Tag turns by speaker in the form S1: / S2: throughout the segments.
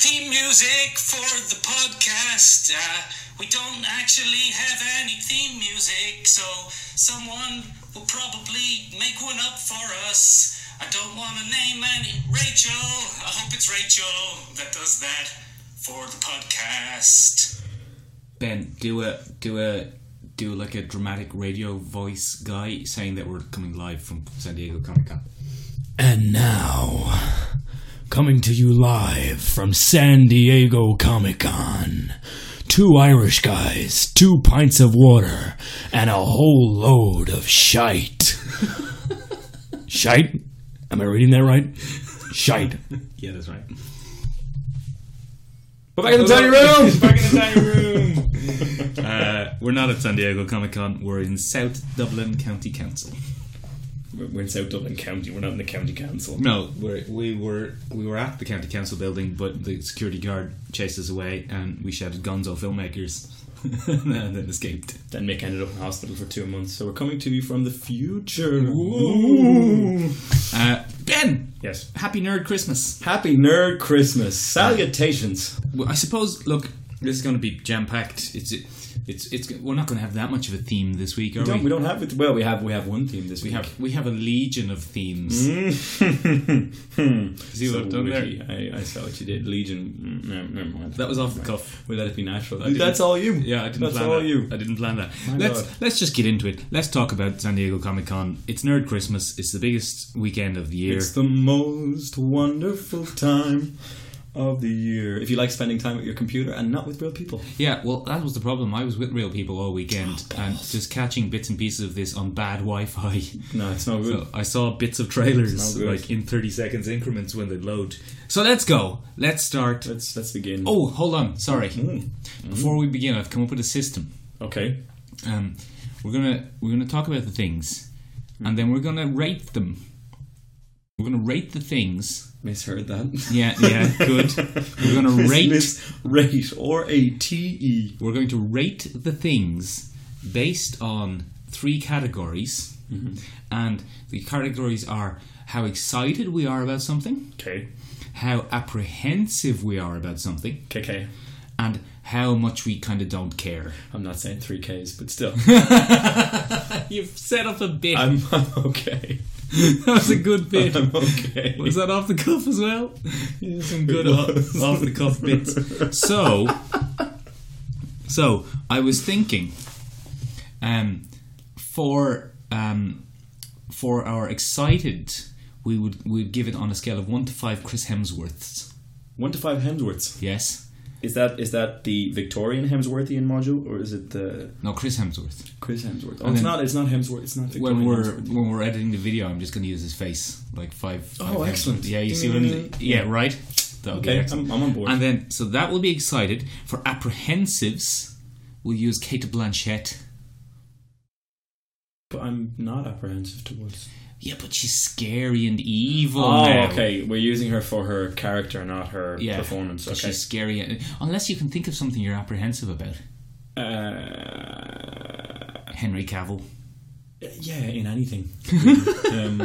S1: theme music for the podcast. Uh, we don't actually have any theme music, so someone will probably make one up for us. I don't want to name any. Rachel, I hope it's Rachel that does that for the podcast.
S2: Ben, do a do a do like a dramatic radio voice guy saying that we're coming live from San Diego Comic Con.
S3: And now, coming to you live from San Diego Comic Con, two Irish guys, two pints of water, and a whole load of shite. shite? Am I reading that right? Shite.
S2: Yeah, that's right.
S3: But back in the tiny room!
S2: Back in the tiny room. uh, we're not at San Diego Comic Con. We're in South Dublin County Council.
S3: We're in South Dublin County, we're not in the county council.
S2: No, we're, we were we were at the county council building, but the security guard chased us away, and we shouted "Gonzo filmmakers," and then escaped.
S3: Then Mick ended up in hospital for two months, so we're coming to you from the future.
S2: Uh, ben,
S3: Yes.
S2: happy nerd Christmas.
S3: Happy Nerd Christmas. Salutations.
S2: Well, I suppose. Look, this is going to be jam packed. It's it's it's. We're not going to have that much of a theme this week, are we?
S3: Don't, we don't have it. Well, we have we have one theme this
S2: We
S3: week. Hmm?
S2: have we have a legion of themes. See what
S3: So
S2: I've done there?
S3: witty. I, I saw what you did. Legion. Mm, No, never mind.
S2: That was off the cuff.
S3: we let it be natural.
S2: didn't-
S3: That's all you.
S2: Yeah, I didn't
S3: That's
S2: plan
S3: all
S2: that.
S3: you.
S2: I didn't plan that.
S3: My
S2: let's
S3: God.
S2: let's just get into it. Let's talk about San Diego Comic Con. It's Nerd Christmas. It's the biggest weekend of the year.
S3: It's the most wonderful time of the year. If you like spending time at your computer and not with real people.
S2: yeah, well, that was the problem. I was with real people all
S3: Oh,
S2: weekend and just catching bits and pieces of this on bad Wi-Fi.
S3: No, it's not good.
S2: So I saw bits of trailers
S3: It's not good.
S2: like in thirty seconds increments when they load. So let's go. Let's start.
S3: let's let's begin. Mm.
S2: Oh, hold on. Sorry.
S3: Mm-hmm.
S2: Before we begin, I've come up with a system.
S3: okay.
S2: um, we're gonna we're gonna talk about the things, and then we're gonna rate them. We're gonna rate the things.
S3: Misheard that.
S2: Yeah, yeah, good. We're gonna rate.
S3: Miss rate or a T E.
S2: We're going to rate the things based on three categories, and the categories are how excited we are about something,
S3: Okay.
S2: how apprehensive we are about something,
S3: KK.
S2: and how much we kind of don't care.
S3: I'm not saying three Ks, but still,
S2: You've set up a bit.
S3: I'm, I'm okay.
S2: that was a good bit.
S3: I'm okay.
S2: Was that off the cuff as well? Some good off, off the cuff bits. So, so I was thinking, um, for um, for our excited, we would we would give it on a scale of one to five Chris Hemsworths.
S3: One to five Hemsworths.
S2: Yes,
S3: Is that is that the Victorian Hemsworthian module or is it the
S2: no Chris Hemsworth.
S3: Chris Hemsworth? Oh, it's
S2: then-
S3: not. It's not Hemsworth. It's not Victorian.
S2: When we're
S3: Hemsworth.
S2: when we're editing the video, I'm just going to use his face like five. five Hemsworths.
S3: Oh, excellent.
S2: Yeah, you see what I'm. Yeah, right. Okay,
S3: okay,
S2: excellent.
S3: I'm, I'm on board.
S2: And then, so that will be excited. For apprehensives, we'll use Kate Blanchett.
S3: but I'm not apprehensive towards.
S2: Yeah, but she's scary and evil.
S3: Oh,
S2: now.
S3: okay. We're using her for her character, not her
S2: Yeah,
S3: performance.
S2: but
S3: Okay.
S2: She's scary. and- Unless you can think of something you're apprehensive about.
S3: Uh,
S2: Henry Cavill.
S3: yeah, in anything. um,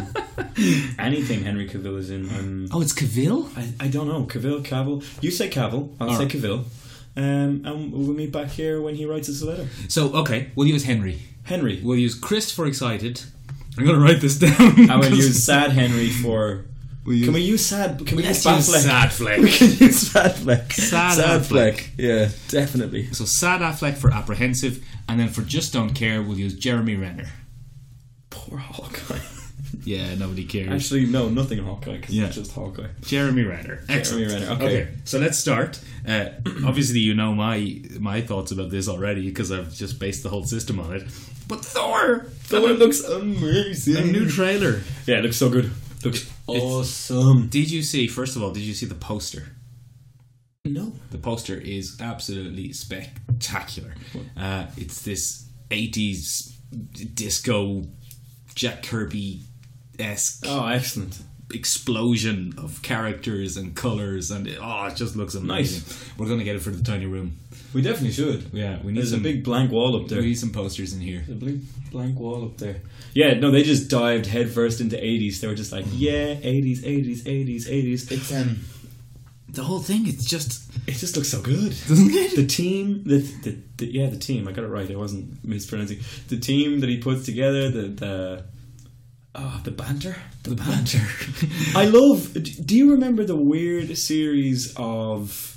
S3: anything Henry Cavill is in. I'm,
S2: Oh, it's Cavill?
S3: I, I don't know. Cavill, Cavill. You say Cavill. I'll say
S2: Alright.
S3: Cavill. Um, and we'll meet back here when he writes us a letter.
S2: So, okay, we'll use Henry.
S3: Henry.
S2: We'll use Chris for excited. I'm going to write this down.
S3: I will
S2: 'cause
S3: use Sad Henry for.
S2: We
S3: can we use Sad? Can we
S2: Let's
S3: use
S2: use Sad
S3: Batfleck? We
S2: Fleck.
S3: can use Sad Fleck.
S2: Sad
S3: Fleck. Yeah, definitely.
S2: so, Sad Affleck for apprehensive. And then for just don't care, we'll use Jeremy Renner.
S3: Poor Hawkeye.
S2: Yeah, nobody cares.
S3: Actually, no, nothing Hawkeye. Cause
S2: Yeah.
S3: it's just Hawkeye.
S2: Jeremy Renner. Excellent.
S3: Renner, okay.
S2: so let's start. Uh, obviously, you know my my thoughts about this already because I've just based the whole system on it. But Thor,
S3: That one looks
S2: the
S3: amazing.
S2: new trailer.
S3: yeah, it looks so good. Looks
S2: it's-
S3: awesome.
S2: Did you see? First of all, did you see the poster?
S3: No.
S2: The poster is absolutely spectacular. Uh, it's this '80s disco Jack Kirby esque
S3: Oh, excellent.
S2: explosion of characters and colors, and it, oh, it just looks amazing. We're gonna get it for the tiny room.
S3: We definitely should.
S2: Yeah, we need
S3: There's a
S2: some
S3: big blank wall up there.
S2: We need some posters in here.
S3: The blank, blank wall up there. Yeah, no, they just dived headfirst into 80s. They were just like, yeah, 80s, 80s, 80s, 80s. It's, Mm. um,
S2: the whole thing. It's just
S3: It just looks so good.
S2: doesn't it.
S3: The team, the, the, the yeah, the team. I got it right. I wasn't mispronouncing the team that he puts together. The the oh, the banter, the banter. I love. Do you remember the weird series of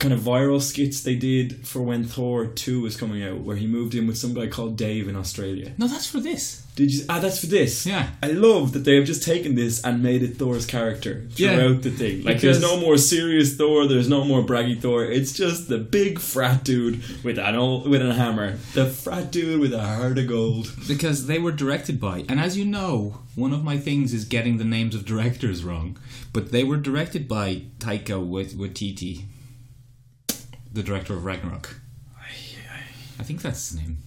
S3: kind of viral skits they did for when Thor two was coming out, where he moved in with some guy called Dave in Australia?
S2: No, that's for this.
S3: Did you? Ah, that's for this.
S2: Yeah.
S3: I love that they have just taken this and made it Thor's character throughout
S2: Yeah.
S3: the thing. Like,
S2: Because-
S3: there's no more serious Thor. There's no more braggy Thor. It's just the big frat dude with an old, with a hammer. The frat dude with a heart of gold.
S2: because they were directed by and as you know one of my things is getting the names of directors wrong but they were directed by Taika Wait- Waititi the director of Ragnarok I think that's his name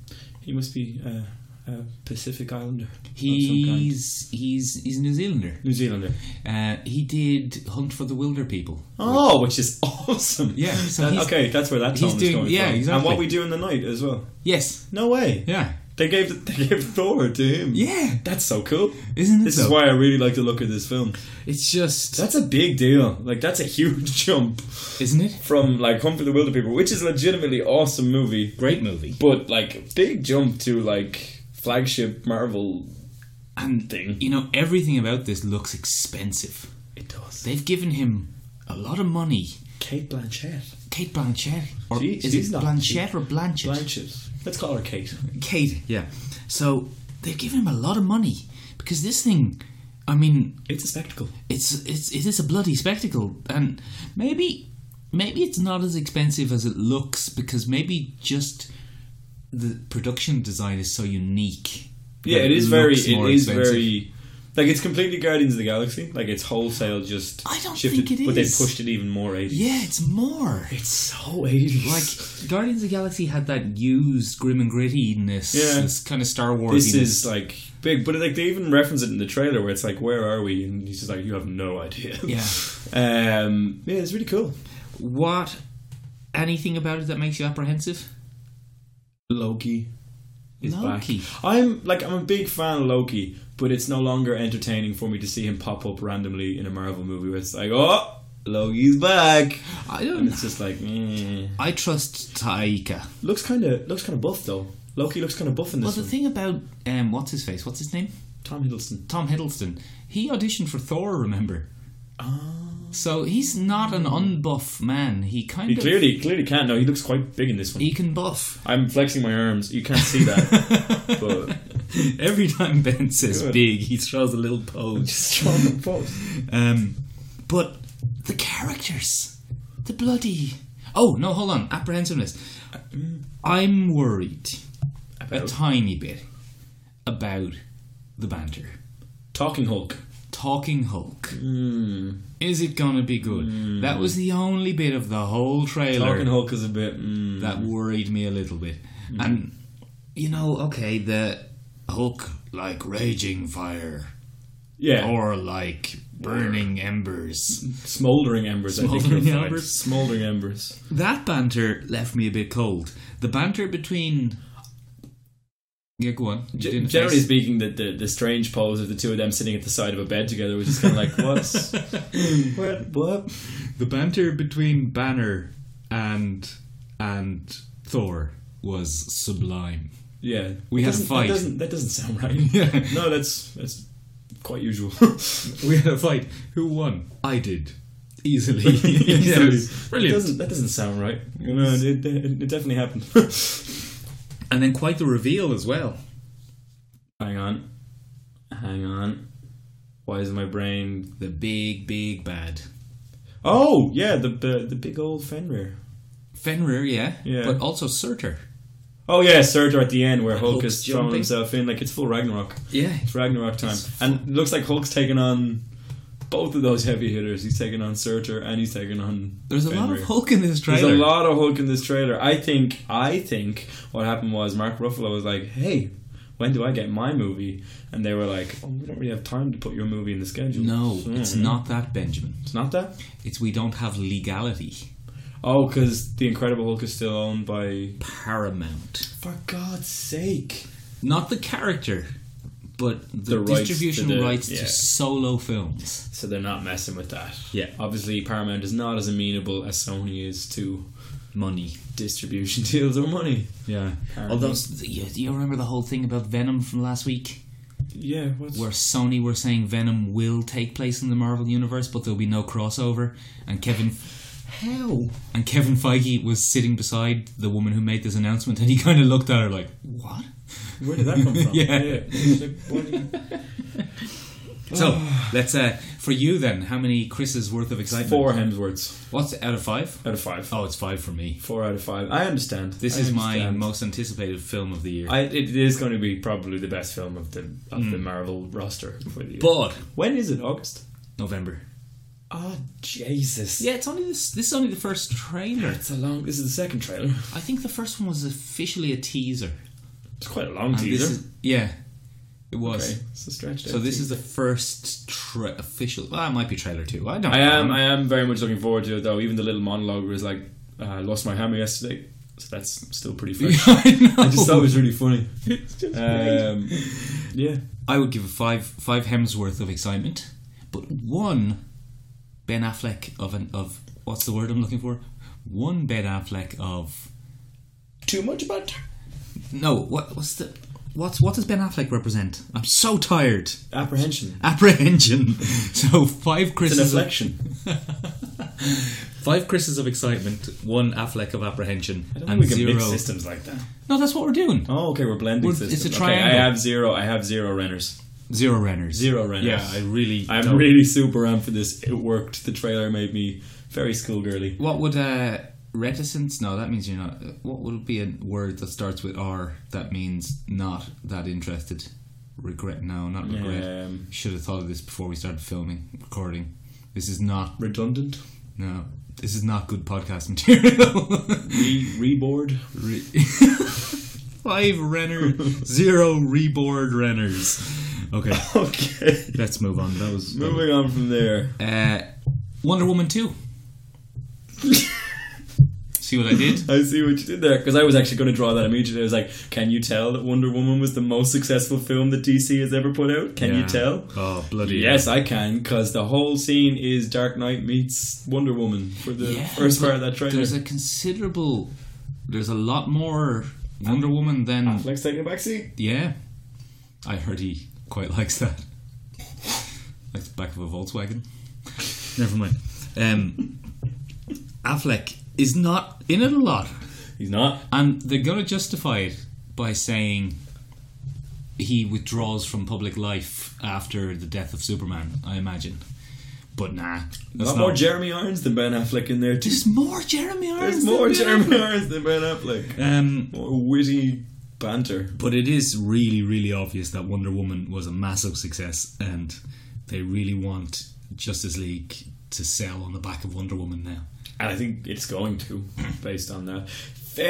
S3: He must be uh, a Pacific Islander.
S2: he's he's he's a New Zealander
S3: New Zealander.
S2: uh, he did Hunt for the Wilder People
S3: Oh, which is awesome.
S2: Yeah, so
S3: That-
S2: he's-
S3: okay, that's where that
S2: he's
S3: song is
S2: doing-
S3: going
S2: yeah,
S3: from. And
S2: exactly.
S3: what we do in the night as well.
S2: yes
S3: No way.
S2: yeah
S3: They gave they gave Thor to him.
S2: yeah
S3: That's so cool.
S2: Isn't it
S3: This is
S2: though?
S3: why I really like the look of this film.
S2: it's just
S3: That's a big deal. Like that's a huge jump
S2: isn't it
S3: from like Hunt for the Wilder People, which is a legitimately awesome movie,
S2: great movie
S3: but like big jump to like flagship Marvel.
S2: and
S3: thing.
S2: you know everything about this looks expensive
S3: It does.
S2: they've given him a lot of money
S3: Kate Blanchett.
S2: Kate Blanchett, or
S3: She-
S2: is
S3: she's
S2: it
S3: not-
S2: Blanchett or Blanchett?
S3: Blanchett. Let's call her Kate.
S2: Kate, yeah. So they've given him a lot of money because this thing, I mean,
S3: It's a spectacle.
S2: it's it's it is a bloody spectacle, and maybe maybe it's not as expensive as it looks because maybe just the production design is so unique.
S3: Yeah,
S2: that
S3: it is very.
S2: looks
S3: It
S2: more
S3: is
S2: expensive.
S3: very. Like it's completely Guardians of the Galaxy. Like it's wholesale just.
S2: I don't
S3: shifted,
S2: think it
S3: But they
S2: is.
S3: pushed it even more eighties.
S2: Yeah, it's more.
S3: It's so eighties.
S2: Like Guardians of the Galaxy had that used grim and grittiness,
S3: Yeah.
S2: this kind of Star Wars.
S3: this is like big, but like they even reference it in the trailer where it's like, "Where are we?" And he's just like, "You have no idea."
S2: Yeah.
S3: um, yeah, it's really cool.
S2: What? Anything about it that makes you apprehensive?
S3: Loki is
S2: Loki.
S3: back. I'm like, I'm a big fan of Loki, but it's no longer entertaining for me to see him pop up randomly in a Marvel movie where it's like, "Oh, Loki's back,"
S2: I
S3: and
S2: don't.
S3: it's just like, eh.
S2: I trust Taika.
S3: looks kind of looks kind of buff though. Loki looks kind of buff in
S2: Well,
S3: this
S2: the
S3: one.
S2: thing about um, what's his face? What's his name?
S3: Tom Hiddleston.
S2: Tom Hiddleston. He auditioned for Thor. Remember? Ah. So he's not an unbuff man. He kind
S3: He
S2: of
S3: clearly clearly can't. No, he looks quite big in this one.
S2: he can buff.
S3: I'm flexing my arms. You can't see that, but.
S2: Every time Ben says
S3: Good.
S2: big, he throws a little pose. Um, but the characters, the bloody. Oh no! Hold on, apprehensiveness. mm. I'm worried a
S3: About-
S2: tiny bit about the banter.
S3: Talking Hulk.
S2: Talking Hulk. Is it gonna be good? That was the only bit of the whole trailer
S3: Hmm. Talking Hulk Hmm. is a bit. Mm,
S2: that worried me a little bit. And you know, okay, the Hulk like raging fire
S3: yeah,
S2: or like burning embers.
S3: smoldering embers. I think
S2: Smoldering
S3: you're right.
S2: embers.
S3: Smoldering embers.
S2: That banter left me a bit cold. The banter between yeah, go on. You
S3: G-
S2: didn't-
S3: generally speaking, the, the the strange pose of the two of them sitting at the side of a bed together was just kind of like what's what what.
S2: the banter between Banner and and Thor was sublime.
S3: Yeah,
S2: We
S3: It
S2: had a
S3: doesn't-
S2: fight.
S3: That doesn't, that doesn't sound right.
S2: Yeah.
S3: No, that's that's quite usual.
S2: We had a fight. Who won? I did. Easily.
S3: That doesn't, that doesn't sound right. You know, it, it, it definitely happened.
S2: And then quite the reveal as well.
S3: Hang on, hang on. Why is my brain
S2: The big, big bad.
S3: Oh yeah, the the, the big old Fenrir.
S2: Fenrir, yeah.
S3: Yeah.
S2: But also Surtur.
S3: Oh yeah, Surtur at the end where Hulk
S2: Hulk's
S3: is throwing
S2: jumping.
S3: himself in like it's full Ragnarok.
S2: Yeah.
S3: It's Ragnarok time, and it looks like Hulk's taking on both of those heavy hitters. He's taking on Surtur and he's taking on.
S2: There's a lot of
S3: Fenrir.
S2: Hulk in this trailer.
S3: There's a lot of Hulk in this trailer. I think I think what happened was Mark Ruffalo was like, "Hey, when do I get my movie?" And they were like, "Oh, we don't really have time to put your movie in the schedule."
S2: No,
S3: So,
S2: it's
S3: yeah.
S2: not that, Benjamin.
S3: It's not that.
S2: It's we don't have legality.
S3: Oh, because the Incredible Hulk is still owned by.
S2: Paramount.
S3: For God's sake.
S2: Not the character, but the,
S3: The rights to
S2: distribution rights,
S3: the-
S2: to,
S3: yeah.
S2: solo films.
S3: So they're not messing with that.
S2: Yeah.
S3: Obviously, Paramount is not as amenable as Sony is to
S2: Money.
S3: distribution deals or money.
S2: Yeah.
S3: Paramount.
S2: Although, s- you, you remember the whole thing about Venom from last week?
S3: Yeah. What's
S2: Where Sony were saying Venom will take place in the Marvel Universe, but there'll be no crossover. And Kevin. How? And Kevin Feige was sitting beside the woman who made this announcement, and he kind of looked at her like, what?
S3: where did that come from?
S2: Yeah.
S3: It's like, why do you-
S2: So, let's, uh, for you then, how many Chris's worth of excitement?
S3: Four Hemsworths
S2: What's out of five?
S3: out of five.
S2: Oh, it's five for me.
S3: Four out of five. I understand.
S2: This
S3: I
S2: is my
S3: understand.
S2: most anticipated film of the year.
S3: I, it is going to be probably the best film of the of the Marvel roster for the year.
S2: Hmm. but
S3: when is it? August.
S2: November.
S3: Oh Jesus!
S2: Yeah, it's only this. This is only the first trailer.
S3: It's a long. This is the second trailer.
S2: I think the first one was officially a teaser.
S3: It's quite a long
S2: And this
S3: teaser.
S2: is- yeah, it was.
S3: okay, it's a stretch.
S2: So this is the first tra- official. Well, it might be trailer two. I don't.
S3: I
S2: know.
S3: am. I am very much looking forward to it, though. Even the little monologue was like, uh, "I lost my hammer yesterday," so that's still pretty fresh.
S2: I know.
S3: I just thought it was really funny.
S2: just
S3: um, yeah,
S2: I would give it five five hems worth of excitement, but one Ben Affleck of an of what's the word I'm looking for? One Ben Affleck of
S3: too much about
S2: no. What what's the what's what does Ben Affleck represent? I'm so tired.
S3: apprehension.
S2: Apprehension. So five
S3: It's
S2: Chris's
S3: an
S2: of-
S3: affliction.
S2: Five Chris's of excitement, one Affleck of apprehension,
S3: I don't
S2: and
S3: think we can
S2: zero.
S3: mix systems like that.
S2: No, that's what we're doing.
S3: Oh, okay, we're blending
S2: We're- it's
S3: systems.
S2: a
S3: Okay,
S2: triangle.
S3: I have zero. I have zero renters.
S2: Zero Renners.
S3: Zero Renners.
S2: Yeah, I really.
S3: I'm
S2: don't-
S3: really super amped for this. It worked. The trailer made me very schoolgirly.
S2: What would uh, reticence? No, that means you're not. What would be a word that starts with R that means not that interested? Regret? No, not regret.
S3: Um,
S2: Should have thought of this before we started filming, recording. This is not.
S3: redundant.
S2: No, this is not good podcast material.
S3: Re- reboard.
S2: Re- Five Renner, zero reboard Renners. Okay,
S3: Okay.
S2: let's move on. That was
S3: Moving on from there.
S2: Uh, Wonder Woman two. See what I did?
S3: I see what you did there because I was actually going to draw that immediately. I was like, "Can you tell that Wonder Woman was the most successful film that DC has ever put out? Can you
S2: Yeah.
S3: tell?"
S2: Oh bloody
S3: Yes, I can because the whole scene is Dark Knight meets Wonder Woman for the
S2: Yeah,
S3: first part
S2: but
S3: of that trailer.
S2: There's a considerable. There's a lot more Wonder Woman than
S3: Affleck's taking a backseat.
S2: yeah. I heard he quite likes that. Like the back of a Volkswagen. Never mind. Um, Affleck is not in it a lot.
S3: He's not.
S2: And they're going to justify it by saying he withdraws from public life after the death of Superman, I imagine. But nah.
S3: A
S2: That's
S3: lot more Jeremy Irons than Ben Affleck in there too.
S2: There's more Jeremy Irons.
S3: There's
S2: than
S3: more
S2: Ben
S3: Jeremy Irons than Ben Affleck.
S2: Affleck. Um,
S3: More witty banter.
S2: but it is really, really obvious that Wonder Woman was a massive success and they really want Justice League to sell on the back of Wonder Woman now.
S3: And I think it's going to, based on that.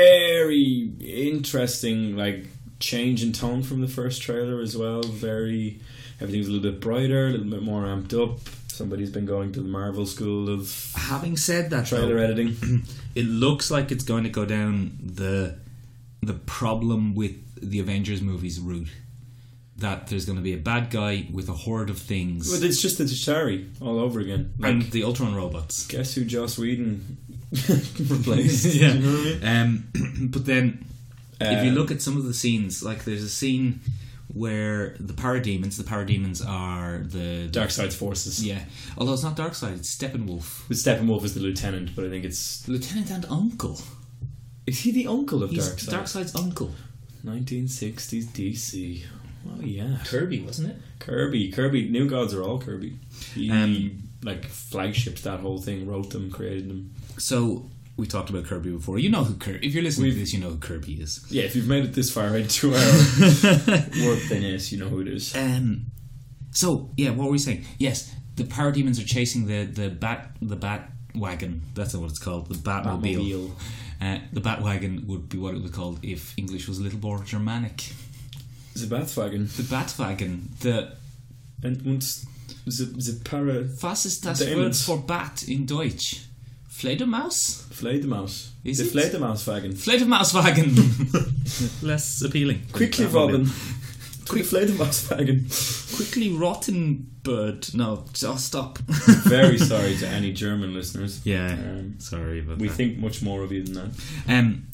S3: Very interesting, like change in tone from the first trailer as well. Very everything's a little bit brighter, a little bit more amped up. Somebody's been going to the Marvel school of
S2: Having said that,
S3: trailer editing.
S2: it looks like it's going to go down the the problem with the Avengers movies route. That there's going to be a bad guy with a horde of things
S3: But it's just the Tashari all over again. Like,
S2: and the Ultron robots.
S3: guess who Joss Whedon replaced?
S2: yeah.
S3: Do you know what I mean?
S2: um, but then, if you
S3: Um,
S2: look at some of the scenes, like there's a scene where the parademons, the parademons are the
S3: Darkseid's forces.
S2: yeah. Although it's not Darkseid, it's Steppenwolf,
S3: But Steppenwolf is the lieutenant, but I think it's
S2: Lieutenant and Uncle.
S3: is he the uncle of
S2: He's
S3: Darkseid?
S2: Darkseid's uncle.
S3: 1960s DC. Oh yeah.
S2: Kirby, wasn't it?
S3: Kirby, Kirby, New Gods are all Kirby. He
S2: Um,
S3: like flagshipped that whole thing, wrote them, created them.
S2: So we talked about Kirby before. You know who Kirby. If you're listening to
S3: We've-
S2: this, you know who Kirby is.
S3: Yeah, if you've made it this far into our work, then yes, you know who it is.
S2: um. So yeah, what were we saying? Yes, the parademons are chasing the the bat the bat wagon. That's not what it's called. The Batmobile.
S3: Batmobile.
S2: Uh, the Batwagon would be what it was called if English was a little more Germanic.
S3: The Batwagen.
S2: The Batwagen, the
S3: And und the, the Para
S2: fastest das
S3: Damn
S2: Wort
S3: it.
S2: for bat in Deutsch. Fledermaus?
S3: Fledermaus.
S2: Is
S3: the
S2: it?
S3: Fledermauswagen.
S2: Fledermauswagen! Less appealing.
S3: Quickly,
S2: Batmobile.
S3: Robin. Quick flay the Volkswagen.
S2: Quickly rotten bird. No, I'll stop.
S3: Very sorry to any German listeners.
S2: Yeah,
S3: Um,
S2: sorry about
S3: we
S2: that.
S3: think much more of you than that.
S2: Um,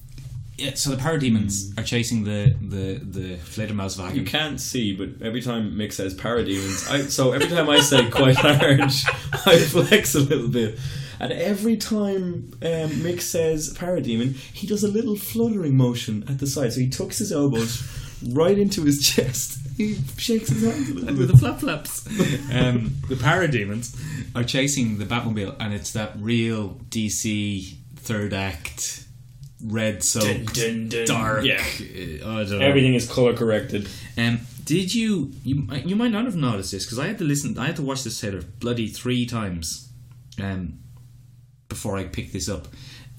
S2: yeah, so the parademons are chasing the the the Fledermauswagen.
S3: You can't see, but every time Mick says parademons, I, so every time I say quite large, I flex a little bit. And every time um, Mick says parademon, he does a little fluttering motion at the side. So he tucks his elbows right into his chest. He shakes his hands a little
S2: with
S3: bit.
S2: the flap flaps. um, the parademons are chasing the Batmobile, and it's that real DC third act, red soaked,
S3: dun, dun.
S2: dark. uh,
S3: Yeah.
S2: I don't know.
S3: Everything is color corrected.
S2: Um, did you, you you might not have noticed this because I had to listen, I had to watch this trailer bloody three times, um, before I picked this up.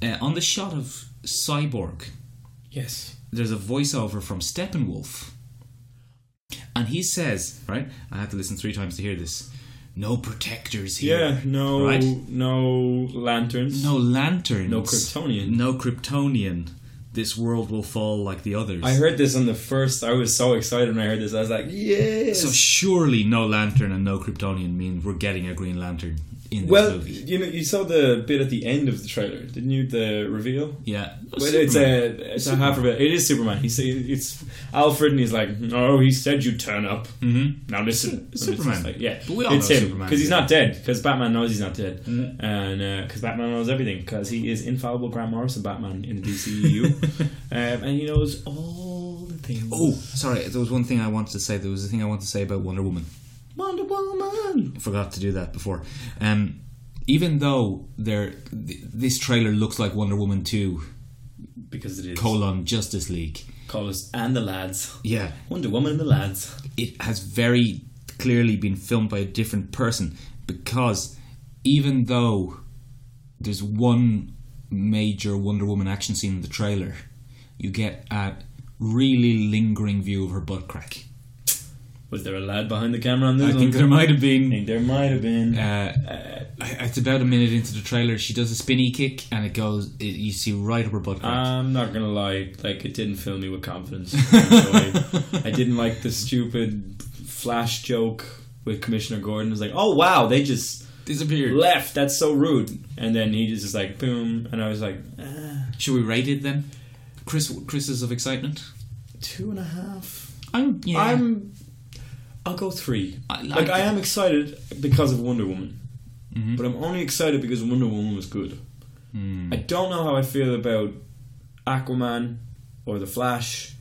S2: Uh, on the shot of Cyborg,
S3: Yes.
S2: there's a voiceover from Steppenwolf. And he says, right, I had to listen three times to hear this. No protectors here.
S3: Yeah. No.
S2: Right?
S3: No lanterns.
S2: No lanterns.
S3: No Kryptonian.
S2: No Kryptonian. This world will fall like the others.
S3: I heard this on the first. I was so excited when I heard this. I was like, yes.
S2: so surely no lantern and no Kryptonian mean we're getting a Green Lantern in this
S3: well,
S2: movie.
S3: you know, you saw the bit at the end of the trailer, didn't you? The reveal.
S2: Yeah.
S3: Well, it's a it's a half of it. It is Superman. He's it's Alfred, and he's like, "Oh, he said you turn up. Mm-hmm. Now listen, And it's
S2: Superman.
S3: just like, yeah,
S2: But we all
S3: it's
S2: know
S3: him
S2: Superman,
S3: because he's
S2: yeah. Mm-hmm.
S3: not dead. Because Batman knows he's not dead, and because Batman knows everything. Because he is infallible Grant Morrison Batman in the DCEU, um, and he knows all the things.
S2: Oh, sorry. There was one thing I wanted to say. There was a thing I wanted to say about Wonder Woman.
S3: Wonder Woman.
S2: forgot to do that before. Um, even though there, th- this trailer looks like Wonder Woman two
S3: Because it is
S2: colon Justice League.
S3: Colors and the lads.
S2: Yeah,
S3: Wonder Woman and the lads.
S2: it has very clearly been filmed by a different person because even though there's one major Wonder Woman action scene in the trailer, you get a really lingering view of her butt crack.
S3: Was there a lad behind the camera on this
S2: I
S3: one?
S2: think there might have
S3: I
S2: been.
S3: think there might have been.
S2: Uh, I- it's about a minute into the trailer. She does a spinny kick, and it goes. It, you see right up her butt crack.
S3: I'm not gonna lie, like it didn't fill me with confidence. I I didn't like the stupid flash joke with Commissioner Gordon. It was like, oh wow, they just
S2: disappeared.
S3: left. That's so rude. And then he just is like, boom, and I was like, "Eh,
S2: Should we rate it then? Chris, Chris's of excitement.
S3: two and a half.
S2: I'm. Yeah.
S3: I'm. I'll go three.
S2: I like
S3: like I
S2: it.
S3: am excited because of Wonder Woman,
S2: Mm-hmm.
S3: but I'm only excited because Wonder Woman was good.
S2: Hmm.
S3: I don't know how I feel about Aquaman or the Flash.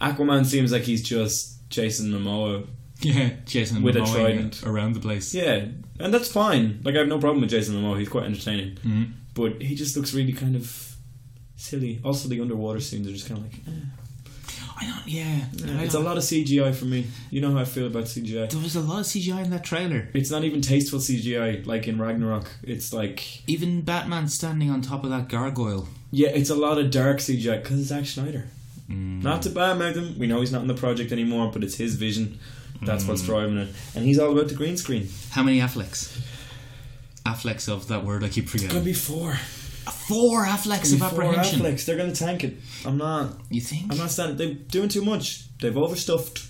S3: Aquaman seems like he's just Jason Momoa.
S2: yeah, Jason
S3: With a
S2: Momoa
S3: trident.
S2: around the place.
S3: Yeah, and that's fine. Like I have no problem with Jason Momoa. He's quite entertaining,
S2: Mm-hmm.
S3: but he just looks really kind of silly. Also, the underwater scenes are just kind of like eh.
S2: I don't. Yeah, I
S3: it's a
S2: don't-
S3: lot of CGI for me. You know how I feel about CGI.
S2: There was a lot of CGI in that trailer.
S3: It's not even tasteful CGI like in Ragnarok. It's like
S2: Even Batman standing on top of that gargoyle.
S3: yeah, it's a lot of dark CGI because it's Zack Schneider. Not to badmouth him, we know he's not in the project anymore, but it's his vision. That's what's driving it, and he's all about the green screen.
S2: How many Afflecks? Afflecks of that word I keep
S3: Gonna
S2: forgetting.
S3: be four.
S2: Four Afflecks of
S3: Be four
S2: apprehension.
S3: Afflecks. They're gonna tank it. I'm not.
S2: You think?
S3: I'm not standing. They're doing too much. They've overstuffed.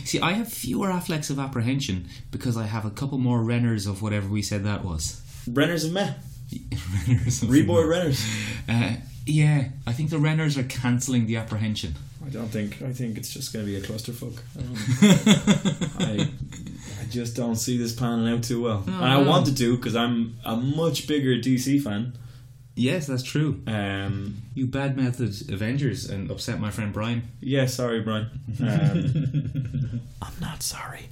S2: See, I have fewer Afflecks of apprehension because I have a couple more Renners of whatever we said that was.
S3: Renner's and meh.
S2: Renners. of-
S3: Reboy Renner's.
S2: Uh, yeah, I think the Renners are cancelling the apprehension.
S3: I don't think. I think it's just gonna be a clusterfuck. I don't I, I just don't see this panning out too well. and I
S2: no.
S3: wanted to because I'm a much bigger DC fan.
S2: yes, that's true.
S3: Um,
S2: You badmouthed Avengers and upset my friend Brian.
S3: yeah, sorry, Brian. Um, I'm not sorry.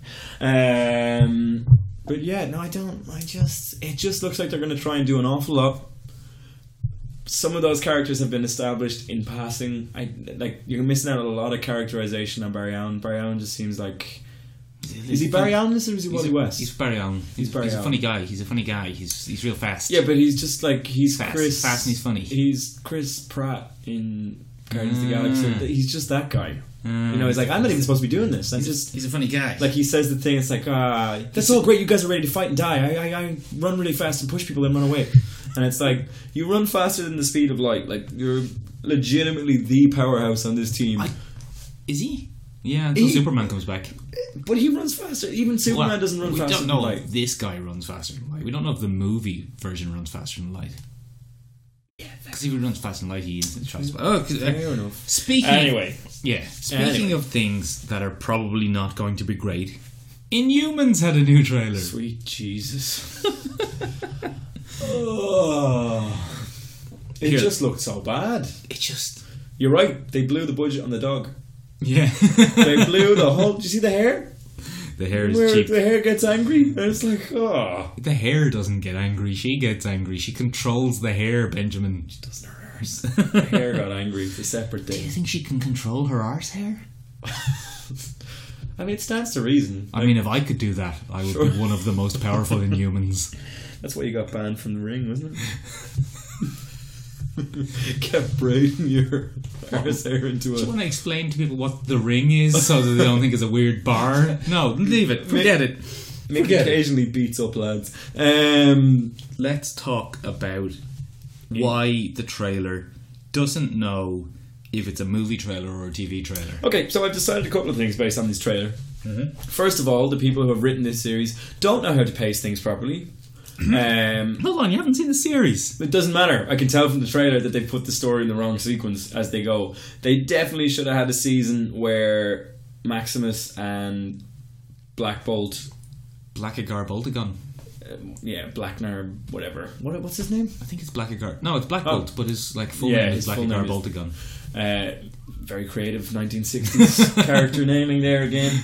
S3: Um, but yeah, no, I don't. I just it just looks like they're going to try and do an awful lot. Some of those characters have been established in passing. I like you're missing out on a lot of characterization on Barry Allen. Barry Allen just seems like is he Barry Allen or is he Wally
S2: he's,
S3: West?
S2: He's Barry Allen. He's,
S3: Barry
S2: he's a
S3: Allen.
S2: funny guy. He's a funny guy. He's he's real fast.
S3: Yeah, but he's just like he's
S2: Fast.
S3: Chris.
S2: Fast and he's funny.
S3: He's Chris Pratt in Guardians of the
S2: Mm.
S3: Galaxy. He's just that guy.
S2: Mm.
S3: You know, he's like I'm not even supposed to be doing this. I'm
S2: he's,
S3: just
S2: he's a funny guy.
S3: like he says the thing. It's like ah, that's all great. You guys are ready to fight and die. I, I, I run really fast and push people and run away. And it's like you run faster than the speed of light. Like you're legitimately the powerhouse on this team.
S2: I- is he? Yeah, until
S3: He-
S2: Superman comes back.
S3: But he runs faster. Even Superman
S2: Well,
S3: doesn't run
S2: we
S3: faster
S2: don't
S3: than
S2: know
S3: light.
S2: if this guy runs faster than light. We don't know if the movie version runs faster than light. Because if he runs faster than light, he instantly tries. Oh, 'cause, uh,
S3: Fair enough.
S2: speaking
S3: Anyway,
S2: yeah. Speaking
S3: Anyway.
S2: of things that are probably not going to be great, Inhumans had a new trailer.
S3: sweet Jesus. oh, it
S2: Here.
S3: just looked so bad.
S2: It just
S3: You're right. They blew the budget on the dog.
S2: yeah.
S3: They blew the whole. Do you see the hair?
S2: the hair is
S3: Where
S2: cheap.
S3: the hair gets angry, and it's like, oh,
S2: The hair doesn't get angry. She gets angry. She controls the hair, Benjamin. She doesn't her arse.
S3: the hair got angry. It's a separate
S2: Do you
S3: thing.
S2: think she can control her arse hair?
S3: I mean, it stands to reason.
S2: I mean, if I could do that, I would be one of the most powerful Inhumans.
S3: That's why you got banned from the ring, wasn't it? Kept braiding your arse hair into
S2: Do you
S3: a.
S2: want to explain to people what the ring is so that they don't think it's a weird bar? No, leave it. Forget it.
S3: Mickey occasionally beats up lads. Um,
S2: Let's talk about why the trailer doesn't know if it's a movie trailer or a TV trailer.
S3: Okay, so I've decided a couple of things based on this trailer. First of all, the people who have written this series don't know how to pace things properly. um,
S2: Hold on, you haven't seen the series.
S3: it doesn't matter. I can tell from the trailer that they put the story in the wrong sequence as they go. They definitely should have had a season where Maximus and Black Bolt,
S2: Blackagar Boltagon.
S3: um, yeah, Blackner, whatever. What, what's his name?
S2: I think it's Blackagar. No, it's Black
S3: Oh.
S2: Bolt, but his like full
S3: Yeah,
S2: name is
S3: his full
S2: Blackagar
S3: name is-
S2: Boltagon.
S3: Uh, very creative 1960s character naming there again.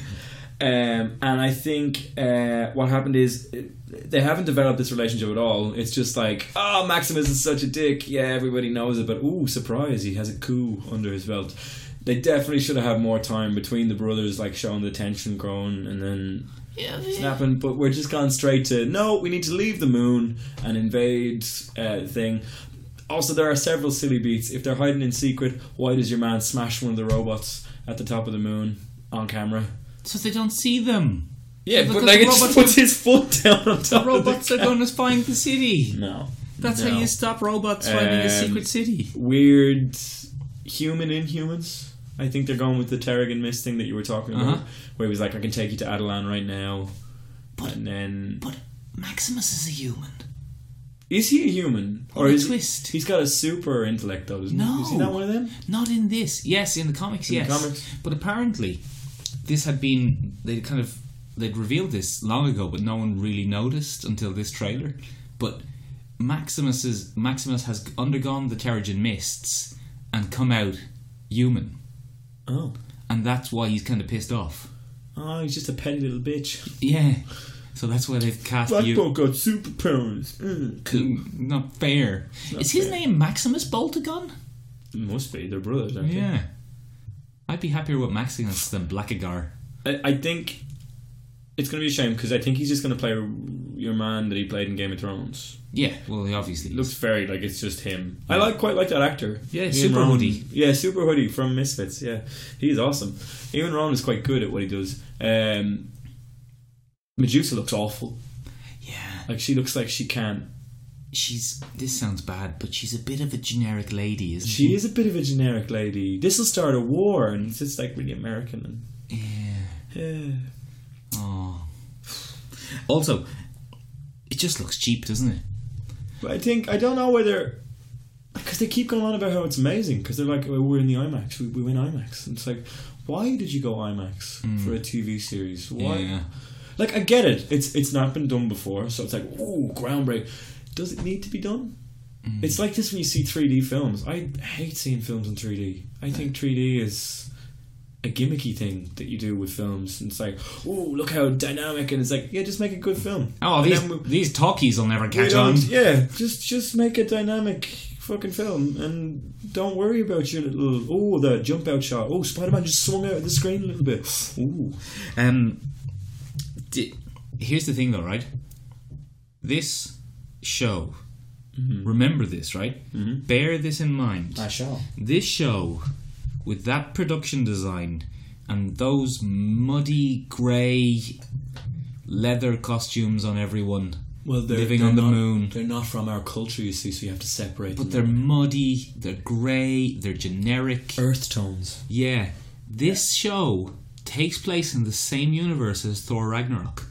S3: Um, and I think uh, what happened is uh, they haven't developed this relationship at all. It's just like, oh, Maximus is such a dick. Yeah, everybody knows it, but ooh, surprise, he has a coup under his belt. They definitely should have had more time between the brothers, like showing the tension growing and then snapping. But we're just gone straight to no. We need to leave the moon and invade uh, thing. Also, there are several silly beats. If they're hiding in secret, why does your man smash one of the robots at the top of the moon on camera?
S2: So they don't see them.
S3: Yeah,
S2: but
S3: but
S2: the
S3: like it
S2: robots-
S3: just puts his foot down on top
S2: Robots
S3: of
S2: are
S3: the
S2: going to find the city.
S3: No,
S2: That's
S3: No.
S2: how you stop robots finding a
S3: Um,
S2: secret city.
S3: weird human inhumans. I think they're going with the Terrigan Mist thing that you were talking about,
S2: Uh-huh.
S3: where he was like, "I can take you to Adelan right now," and then
S2: But Maximus is a human.
S3: Is he a human?
S2: a
S3: is
S2: twist.
S3: He's got a super intellect though, doesn't he? Is he
S2: No.
S3: not one of them?
S2: Not in this. Yes, in the comics.
S3: In the
S2: yes,
S3: comics.
S2: but apparently, this had been they kind of they'd revealed this long ago, but no one really noticed until this trailer. But Maximus's Maximus has undergone the Terrigen mists and come out human,
S3: Oh.
S2: and that's why he's kind of pissed off.
S3: Oh, he's just a petty little bitch.
S2: Yeah, so that's why they've cast
S3: Black
S2: you.
S3: Bolt got superpowers. Mm.
S2: Mm, Not fair. is his
S3: fair.
S2: name Maximus Boltagon?
S3: Must be. They're brothers, aren't
S2: Yeah. I'd be happier with Maximus than Blackagar.
S3: they? I, I think it's going to be a shame because I think he's just going to play your man that he played in Game of Thrones.
S2: Yeah, well, he obviously
S3: Looks very like it's just him. I like quite like that actor.
S2: Yeah,
S3: Ian
S2: Super
S3: Rowan.
S2: Hoodie.
S3: Yeah, Super Hoodie from Misfits. Yeah, he's awesome. Even Ron is quite good at what he does. Um, Medusa looks awful.
S2: Yeah,
S3: Like she looks like she can.
S2: she's. This sounds bad, but she's a bit of a generic lady, isn't
S3: She is a bit of a generic lady. This will start a war, and it's just like really American.
S2: she? Yeah.
S3: And,
S2: Oh. Also, it just looks cheap, doesn't it?
S3: but I think I don't know whether because they keep going on about how it's amazing because they're like oh, we're in the IMAX, we, we win IMAX, and it's like why did you go IMAX for a TV series? Why?
S2: Hmm. Yeah.
S3: Like I get it. It's it's not been done before, so it's like ooh groundbreak. Does it need to be done?
S2: Hmm.
S3: It's like this when you see 3D films. I hate seeing films in 3D. I think 3D is a gimmicky thing that you do with films. And it's like, oh, look how dynamic, and it's like, yeah, just make a good film.
S2: Oh,
S3: And
S2: these
S3: then we-
S2: these talkies will never
S3: we
S2: catch
S3: don't-
S2: on.
S3: Yeah, just just make a dynamic fucking film, and don't worry about your little oh the jump out shot. Oh, Spider Man just swung out of the screen a little bit. Ooh,
S2: Um, d- here's the thing, though, right? This show.
S3: Mm-hmm.
S2: Remember this, right? Bear this in mind.
S3: shall.
S2: this show with that production design and those muddy grey leather costumes on everyone
S3: Well, they're,
S2: living
S3: they're
S2: on the
S3: not-
S2: moon
S3: They're not from our culture, you see, so you have to separate.
S2: but
S3: them.
S2: they're murdy they're grey they're generic
S3: earth tones.
S2: yeah this show takes place in the same universe as Thor Ragnarok.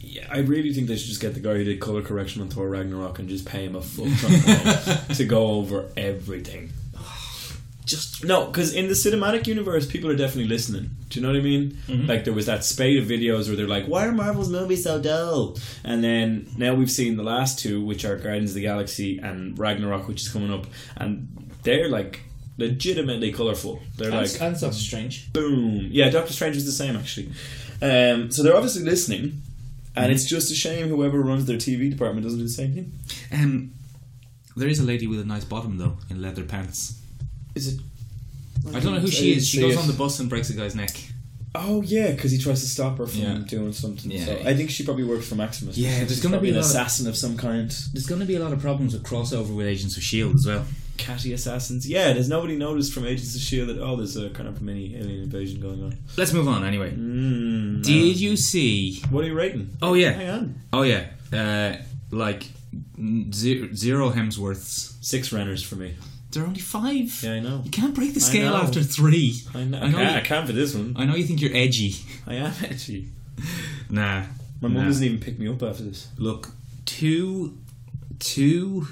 S3: Yeah, I really think they should just get the guy who did color correction on Thor Ragnarok and just pay him a full ton of money to go over everything. Just no, because in the cinematic universe, people are definitely listening. Do you know what I mean? Like there was that spate of videos where they're like, "Why are Marvel's movies so dull?" And then now we've seen the last two, which are Guardians of the Galaxy and Ragnarok, which is coming up, and they're like legitimately colorful. They're like
S4: and, and Doctor Strange.
S3: boom. Yeah, Doctor Strange was the same actually. Um, so they're obviously listening, and it's just a shame whoever runs their TV department doesn't do the same thing.
S2: Um, there is a lady with a nice bottom though in leather pants.
S3: Is it?
S2: I don't know who
S4: I
S2: she
S4: didn't
S2: is. She
S4: see
S2: goes
S4: it.
S2: on the bus and breaks a guy's neck.
S3: Oh yeah, because he tries to stop her from
S2: Yeah.
S3: doing something.
S2: Yeah.
S3: So I think she probably works for Maximus.
S2: Yeah, there's
S3: She's
S2: gonna
S3: probably
S2: be a
S3: an
S2: lot of-
S3: assassin of some kind.
S2: There's going to be a lot of problems with crossover with Agents of Shield E as well.
S3: Catty assassins. Yeah, there's nobody noticed from Agents of Shield at all. oh, There's a kind of mini alien invasion going on.
S2: Let's move on anyway.
S3: Mm,
S2: Did you see?
S3: What are you rating?
S2: Oh yeah,
S3: Hang on.
S2: Oh yeah, uh, like n- ze- zero Hemsworths.
S3: Six runners for me.
S2: There are only five.
S3: Yeah, I know.
S2: You can't break the
S3: I
S2: scale
S3: know.
S2: after three.
S3: I know.
S2: I know
S3: Yeah,
S2: you-
S3: I can't for this one.
S2: I know you think you're edgy.
S3: I am actually.
S2: Nah,
S3: My mum
S2: nah.
S3: doesn't even pick me up after this.
S2: Look, two, two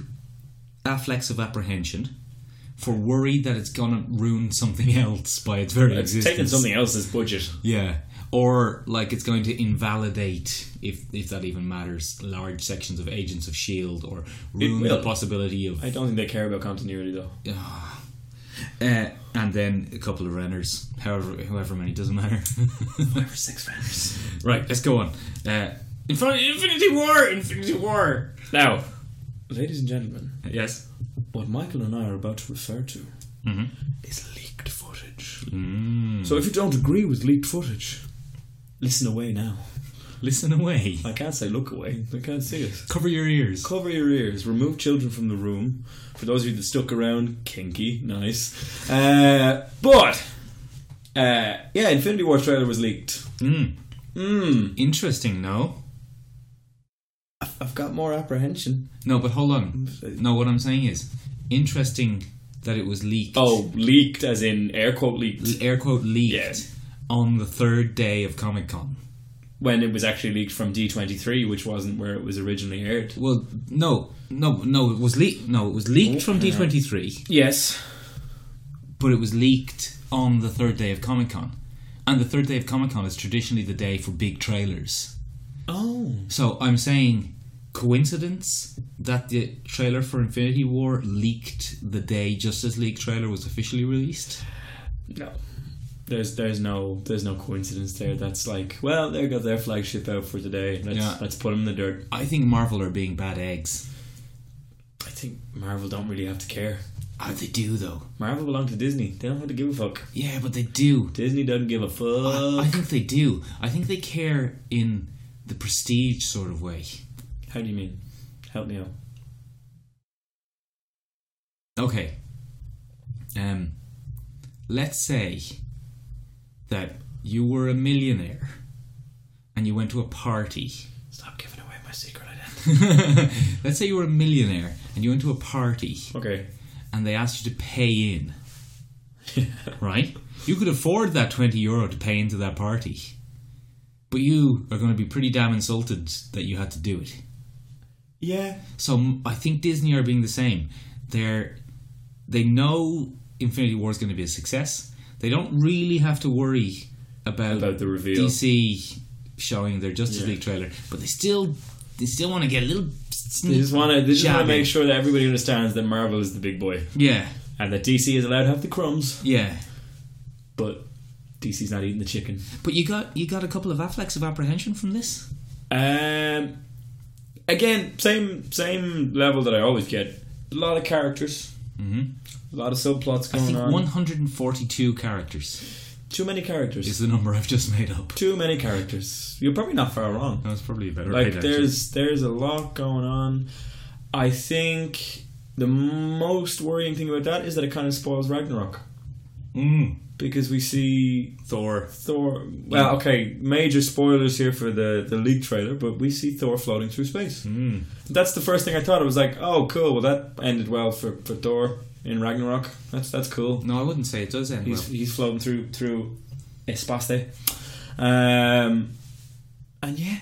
S2: afflects of apprehension for worry that it's gonna ruin something else by its very
S3: It's
S2: existence.
S3: taking something else's budget.
S2: Yeah. Or like it's going to invalidate, if if that even matters, large sections of Agents of Shield, E or ruin the
S3: will.
S2: possibility of
S3: I don't think they care about continuity though.
S2: Uh, and then a couple of runners, however, however many doesn't matter.
S3: Five or six runners.
S2: right, let's go on. Uh, in front, Infinity War, Infinity War. Now,
S3: Ladies and gentlemen,
S2: yes,
S3: what Michael and I are about to refer to
S2: Mm-hmm.
S3: is leaked footage.
S2: Mm.
S3: So if you don't agree with leaked footage, listen away now.
S2: listen away.
S3: I can't say look away. I can't see it.
S2: Cover your ears.
S3: Cover your ears. Remove children from the room. For those of you that stuck around, kinky, nice. Uh, but uh, yeah, Infinity War trailer was leaked.
S2: Mm.
S3: Mmm.
S2: Interesting, no,
S3: I've got more apprehension.
S2: no, but hold on. No, what I'm saying is interesting that it was leaked.
S3: Oh, leaked as in air quote leaked.
S2: air quote leaked
S3: Yeah.
S2: on the third day of Comic Con.
S3: when it was actually leaked from D23, which wasn't where it was originally aired.
S2: Well, no, no, no, it was leaked. No, it was leaked from
S3: Okay.
S2: D23.
S3: Yes.
S2: but it was leaked on the third day of Comic Con. And the third day of Comic Con is traditionally the day for big trailers.
S3: Oh.
S2: So I'm saying coincidence that the trailer for Infinity War leaked the day Justice League trailer was officially released.
S3: No. There's there's no there's no coincidence there. That's like well they got their flagship out for today. Let's
S2: Yeah.
S3: let's put them in the dirt.
S2: I think Marvel are being bad eggs.
S3: I think Marvel don't really have to care.
S2: Oh, they do though.
S3: Marvel belong to Disney. They don't have to give a fuck.
S2: Yeah, but they do.
S3: Disney doesn't give a
S2: I
S3: fuck.
S2: I think they do. I think they care in the prestige sort of way.
S3: How do you mean? Help me out.
S2: Okay. Um, let's say that you were a millionaire and you went to a party.
S3: Stop giving away my secret identity.
S2: let's say you were a millionaire and you went to a party
S3: Okay.
S2: and they asked you to pay in. right? You could afford that 20 euro to pay into that party. But you are going to be pretty damn insulted that you had to do it.
S3: Yeah.
S2: So m- I think Disney are being the same. They're they know Infinity War is going to be a success. They don't really have to worry about,
S3: About the reveal.
S2: DC showing their Justice
S3: Yeah.
S2: League trailer, but they still they still want to get a little.
S3: They just want to they just want to
S2: Jabbing.
S3: make sure that everybody understands that Marvel is the big boy
S2: yeah,
S3: and that DC is allowed to have the crumbs.
S2: yeah.
S3: but DC's not eating the chicken.
S2: But you got you got a couple of afflects of apprehension from this.
S3: Um, again, same same level that I always get. A lot of characters,
S2: Mhm.
S3: a lot of subplots
S2: I
S3: going
S2: think
S3: on.
S2: 142 characters
S3: Too many characters.
S2: is the number I've just made up.
S3: Too many characters. You're probably not far wrong.
S2: That's probably a better.
S3: Like there's there's a lot going on. I think the most worrying thing about that is that it kind of spoils Ragnarok because we see
S2: Hmm, Thor.
S3: Thor. Well, okay, major spoilers here for the the leak trailer, but we see Thor floating through space.
S2: Mm.
S3: That's the first thing I thought. I was like, oh, cool. Well, that ended well for for Thor. in Ragnarok. That's that's cool.
S2: No, I wouldn't say it does end
S3: He's
S2: Mm, well.
S3: he's floating through through Espaste. Um, and yeah,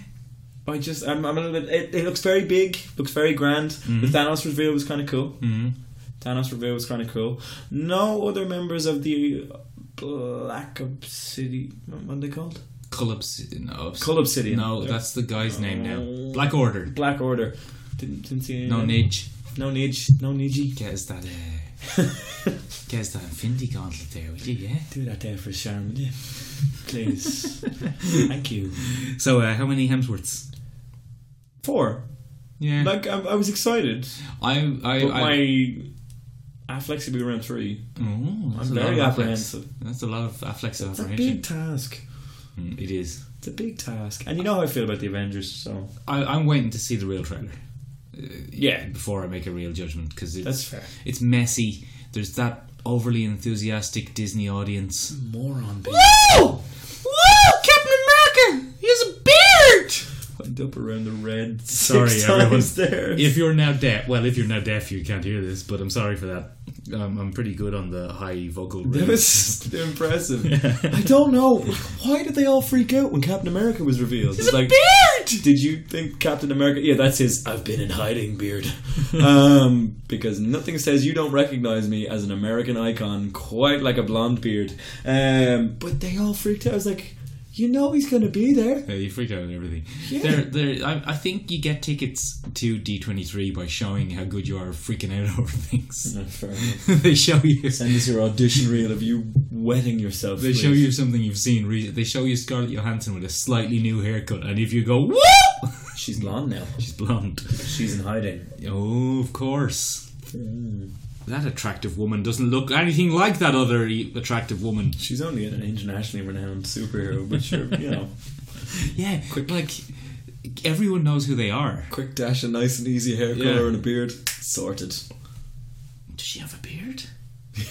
S3: I just I'm, I'm a little bit. It, it looks very big, looks very grand.
S2: Mm-hmm.
S3: The Thanos reveal was kind of cool.
S2: Mhm.
S3: Thanos reveal was kind of cool. No other members of the Black Obsidian. What are they called?
S2: Cull Obsidian. uh, No, Obs-
S3: Cull Obsidian.
S2: no that's the guy's name now. Black Order.
S3: Black Order. Didn't, didn't see any.
S2: No, Nidge.
S3: No need. No need.
S2: Gets that, uh, gets that Infinity Gauntlet there, would you, yeah?
S3: Do that there for Sharon, would you? Please. Thank you.
S2: So, uh, how many Hemsworths?
S3: Four.
S2: Yeah.
S3: Like I, I was excited,
S2: I, I,
S3: but
S2: I,
S3: my Affleck's will be around three.
S2: Oh, that's
S3: I'm
S2: a lot
S3: very
S2: of
S3: apprehensive.
S2: Affleck's. That's a lot of Affleck's
S3: It's a
S2: apprehension.
S3: big task.
S2: Mm, it is.
S3: It's a big task, and you know how I feel about the Avengers. So
S2: I, I'm waiting to see the real trailer. Uh,
S3: Yeah.
S2: Before I make a real judgment, because it's
S3: that's fair.
S2: it's messy. There's that overly enthusiastic Disney audience.
S3: Moron.
S2: Whoa! Whoa! Captain America! He has a beard.
S3: Went up around the red. six
S2: Sorry, everyone.
S3: times there.
S2: If you're now deaf, well, if you're now deaf, you can't hear this. But I'm sorry for that. Um, I'm pretty good on the high vocal
S3: That
S2: range.
S3: was impressive. I don't know why did they all freak out when Captain America was revealed. It's like, beard. Did you think Captain America? Yeah, that's his. I've been in hiding beard. um, because nothing says you don't recognize me as an American icon quite like a blonde beard. Um, but they all freaked out. I was like, you know, he's gonna be there.
S2: Yeah, you freak out at everything.
S3: Yeah.
S2: There, there. I, I think you get tickets to D23 by showing how good you are at freaking out over things. they show you.
S3: Send us your audition reel of you wetting yourself.
S2: They
S3: please.
S2: show you something you've seen. Re- they show you Scarlett Johansson with a slightly new haircut, and if you go, whoa,
S3: she's blonde now.
S2: she's blonde.
S3: She's in hiding.
S2: Oh, of course. That attractive woman doesn't look anything like that other e- attractive woman.
S3: She's only an internationally renowned superhero, but sure, you know.
S2: Yeah, like everyone knows who they are.
S3: Quick dash, a nice and easy hair
S2: Yeah.
S3: color and a beard, sorted.
S2: Does she have a beard?
S3: Do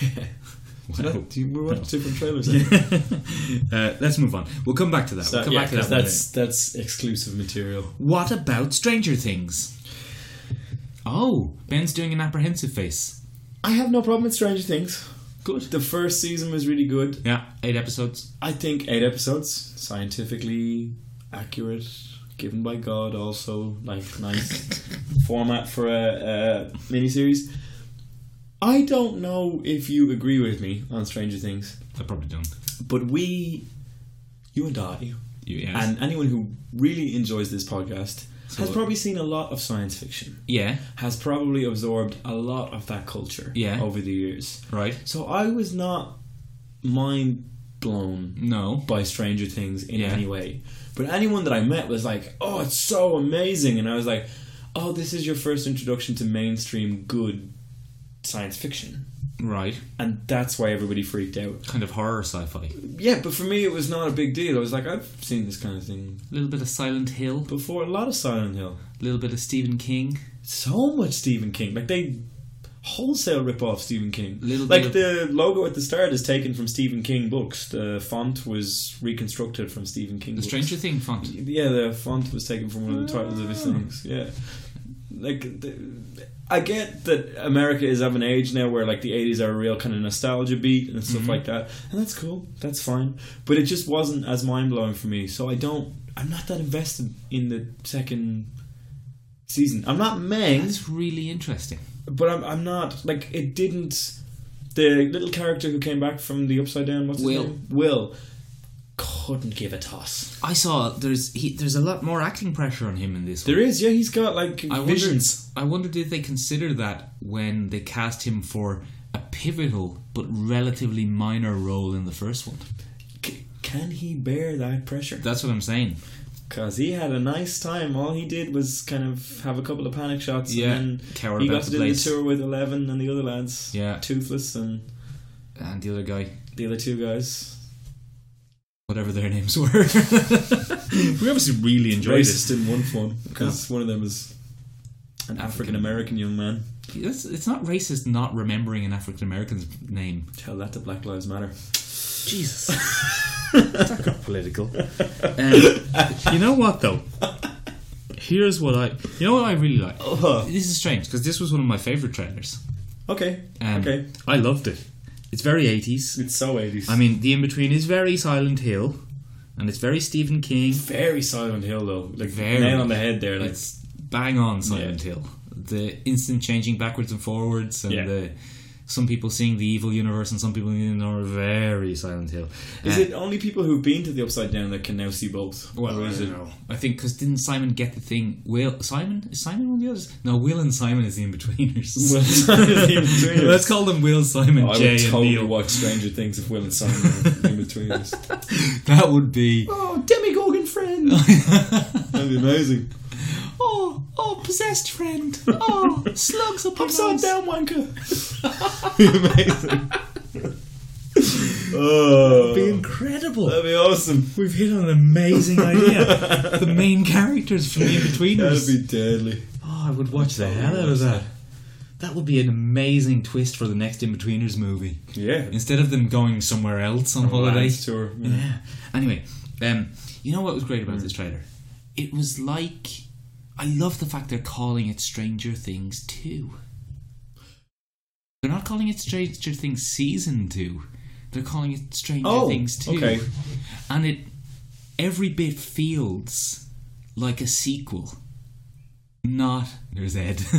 S3: you know- do you- we watched different trailers.
S2: uh, let's move on. We'll come back to that. we'll come back to that. one
S3: that's that's exclusive material.
S2: later. What about Stranger Things? Oh, Ben's doing an apprehensive face.
S3: I have no problem with Stranger Things. Good. The first season was really good.
S2: Yeah, eight episodes.
S3: I think eight episodes, scientifically accurate, given by God. Also, like nice format for a, a miniseries. I don't know if you agree with me on Stranger Things,
S2: I probably don't.
S3: but we, you and I,
S2: You, yes.
S3: And anyone who really enjoys this podcast has probably seen a lot of science fiction,
S2: yeah,
S3: has probably absorbed a lot of that culture
S2: Yeah.
S3: over the years.
S2: right.
S3: So I was not mind blown
S2: No.
S3: by Stranger Things in
S2: Yeah.
S3: any way. But anyone that I met was like, oh, it's so amazing. And I was like, oh, this is your first introduction to mainstream good science fiction.
S2: Right.
S3: And that's why everybody freaked out.
S2: Kind of horror sci-fi. A
S3: Yeah, but for me, it was not a big deal. I was like, I've seen this kind of thing
S2: little bit of Silent Hill.
S3: before. A lot of Silent Hill.
S2: A little bit of Stephen King.
S3: so much Stephen King. Like they wholesale rip off Stephen King.
S2: Little
S3: like
S2: bit
S3: the logo at the start is taken from Stephen King books. The font was reconstructed from Stephen King.
S2: The
S3: books.
S2: Stranger Thing font.
S3: Yeah, the font was taken from one of the titles of his things. Yeah, like the, I get that America is of an age now where like the eighties are a real kind of nostalgia beat and
S2: Mm-hmm.
S3: stuff like that, and that's cool. That's fine, but it just wasn't as mind blowing for me. So I don't. I'm not that invested in the second season. I'm not Meng,
S2: That's really interesting.
S3: but I'm I'm not like it didn't. The little character who came back from the upside down, what's his
S2: Will.
S3: name? Will couldn't give a toss.
S2: I saw there's he, there's a lot more acting pressure on him in this.
S3: There is, yeah, he's got like
S2: I wondered,
S3: visions.
S2: I wondered if they considered that when they cast him for a pivotal but relatively minor role in the first one.
S3: C- can he bear that pressure?
S2: That's what I'm saying.
S3: Because he had a nice time. All he did was kind of have a couple of panic shots.
S2: Yeah,
S3: And
S2: cower
S3: then he
S2: about
S3: got to
S2: the
S3: do the
S2: place.
S3: tour with Eleven and the other lads.
S2: Yeah.
S3: Toothless and
S2: And the other guy,
S3: the other two guys.
S2: whatever their names were. we obviously really enjoyed
S3: Racist in one form. Because one of them is an African American young man.
S2: it. It's, it's not racist not remembering an African American's name.
S3: Tell that to Black Lives Matter.
S2: Jesus. that got political. Um, you know what though? Here's what I. You know what I really like.
S3: Oh,
S2: This is strange because this was one of my favorite trailers.
S3: Okay.
S2: Um,
S3: okay.
S2: I loved it. It's very 80s.
S3: It's so 80s.
S2: I mean, the in between is very Silent Hill, and it's very Stephen King.
S3: very Silent Hill though. Like
S2: Very.
S3: nail on the head there. Like
S2: It's bang on Silent Hill. The instant changing backwards and forwards, and
S3: Yeah.
S2: the some people seeing the evil universe and some people in the are very Silent Hill.
S3: is
S2: Uh,
S3: it only people who've been to the Upside Down that can now see both?
S2: Well,
S3: Or
S2: Oh, I
S3: is
S2: don't
S3: it?
S2: know. I think because didn't Simon get the thing? Will Simon is Simon one of the others? No, Will and Simon is the in betweeners.
S3: Will Simon is the in-betweeners.
S2: Let's call them Will, Simon,
S3: I
S2: Jay,
S3: would totally
S2: and Neil.
S3: watch Stranger Things if Will and Simon were in between us.
S2: That would be
S3: Oh, Demigorgon friend! That'd be amazing.
S2: oh oh possessed friend oh slugs up
S3: Upside down wanker. be amazing. oh,
S2: Be incredible.
S3: that'd be awesome.
S2: We've hit on an amazing idea. the main characters from the
S3: That'd
S2: Inbetweeners.
S3: be deadly.
S2: oh, I would watch the hell out of that. That would be an amazing twist for the next Inbetweeners movie.
S3: Yeah.
S2: Instead of them going somewhere else on holiday.
S3: Lance tour. yeah. Mm.
S2: Yeah. Mm. Anyway, um, you know what was great about this trailer? It was like I love the fact they're calling it Stranger Things two. They're not calling it Stranger Things season two. They're calling it Stranger
S3: Oh,
S2: Things two.
S3: okay.
S2: And it every bit feels like a sequel. Not there's Ed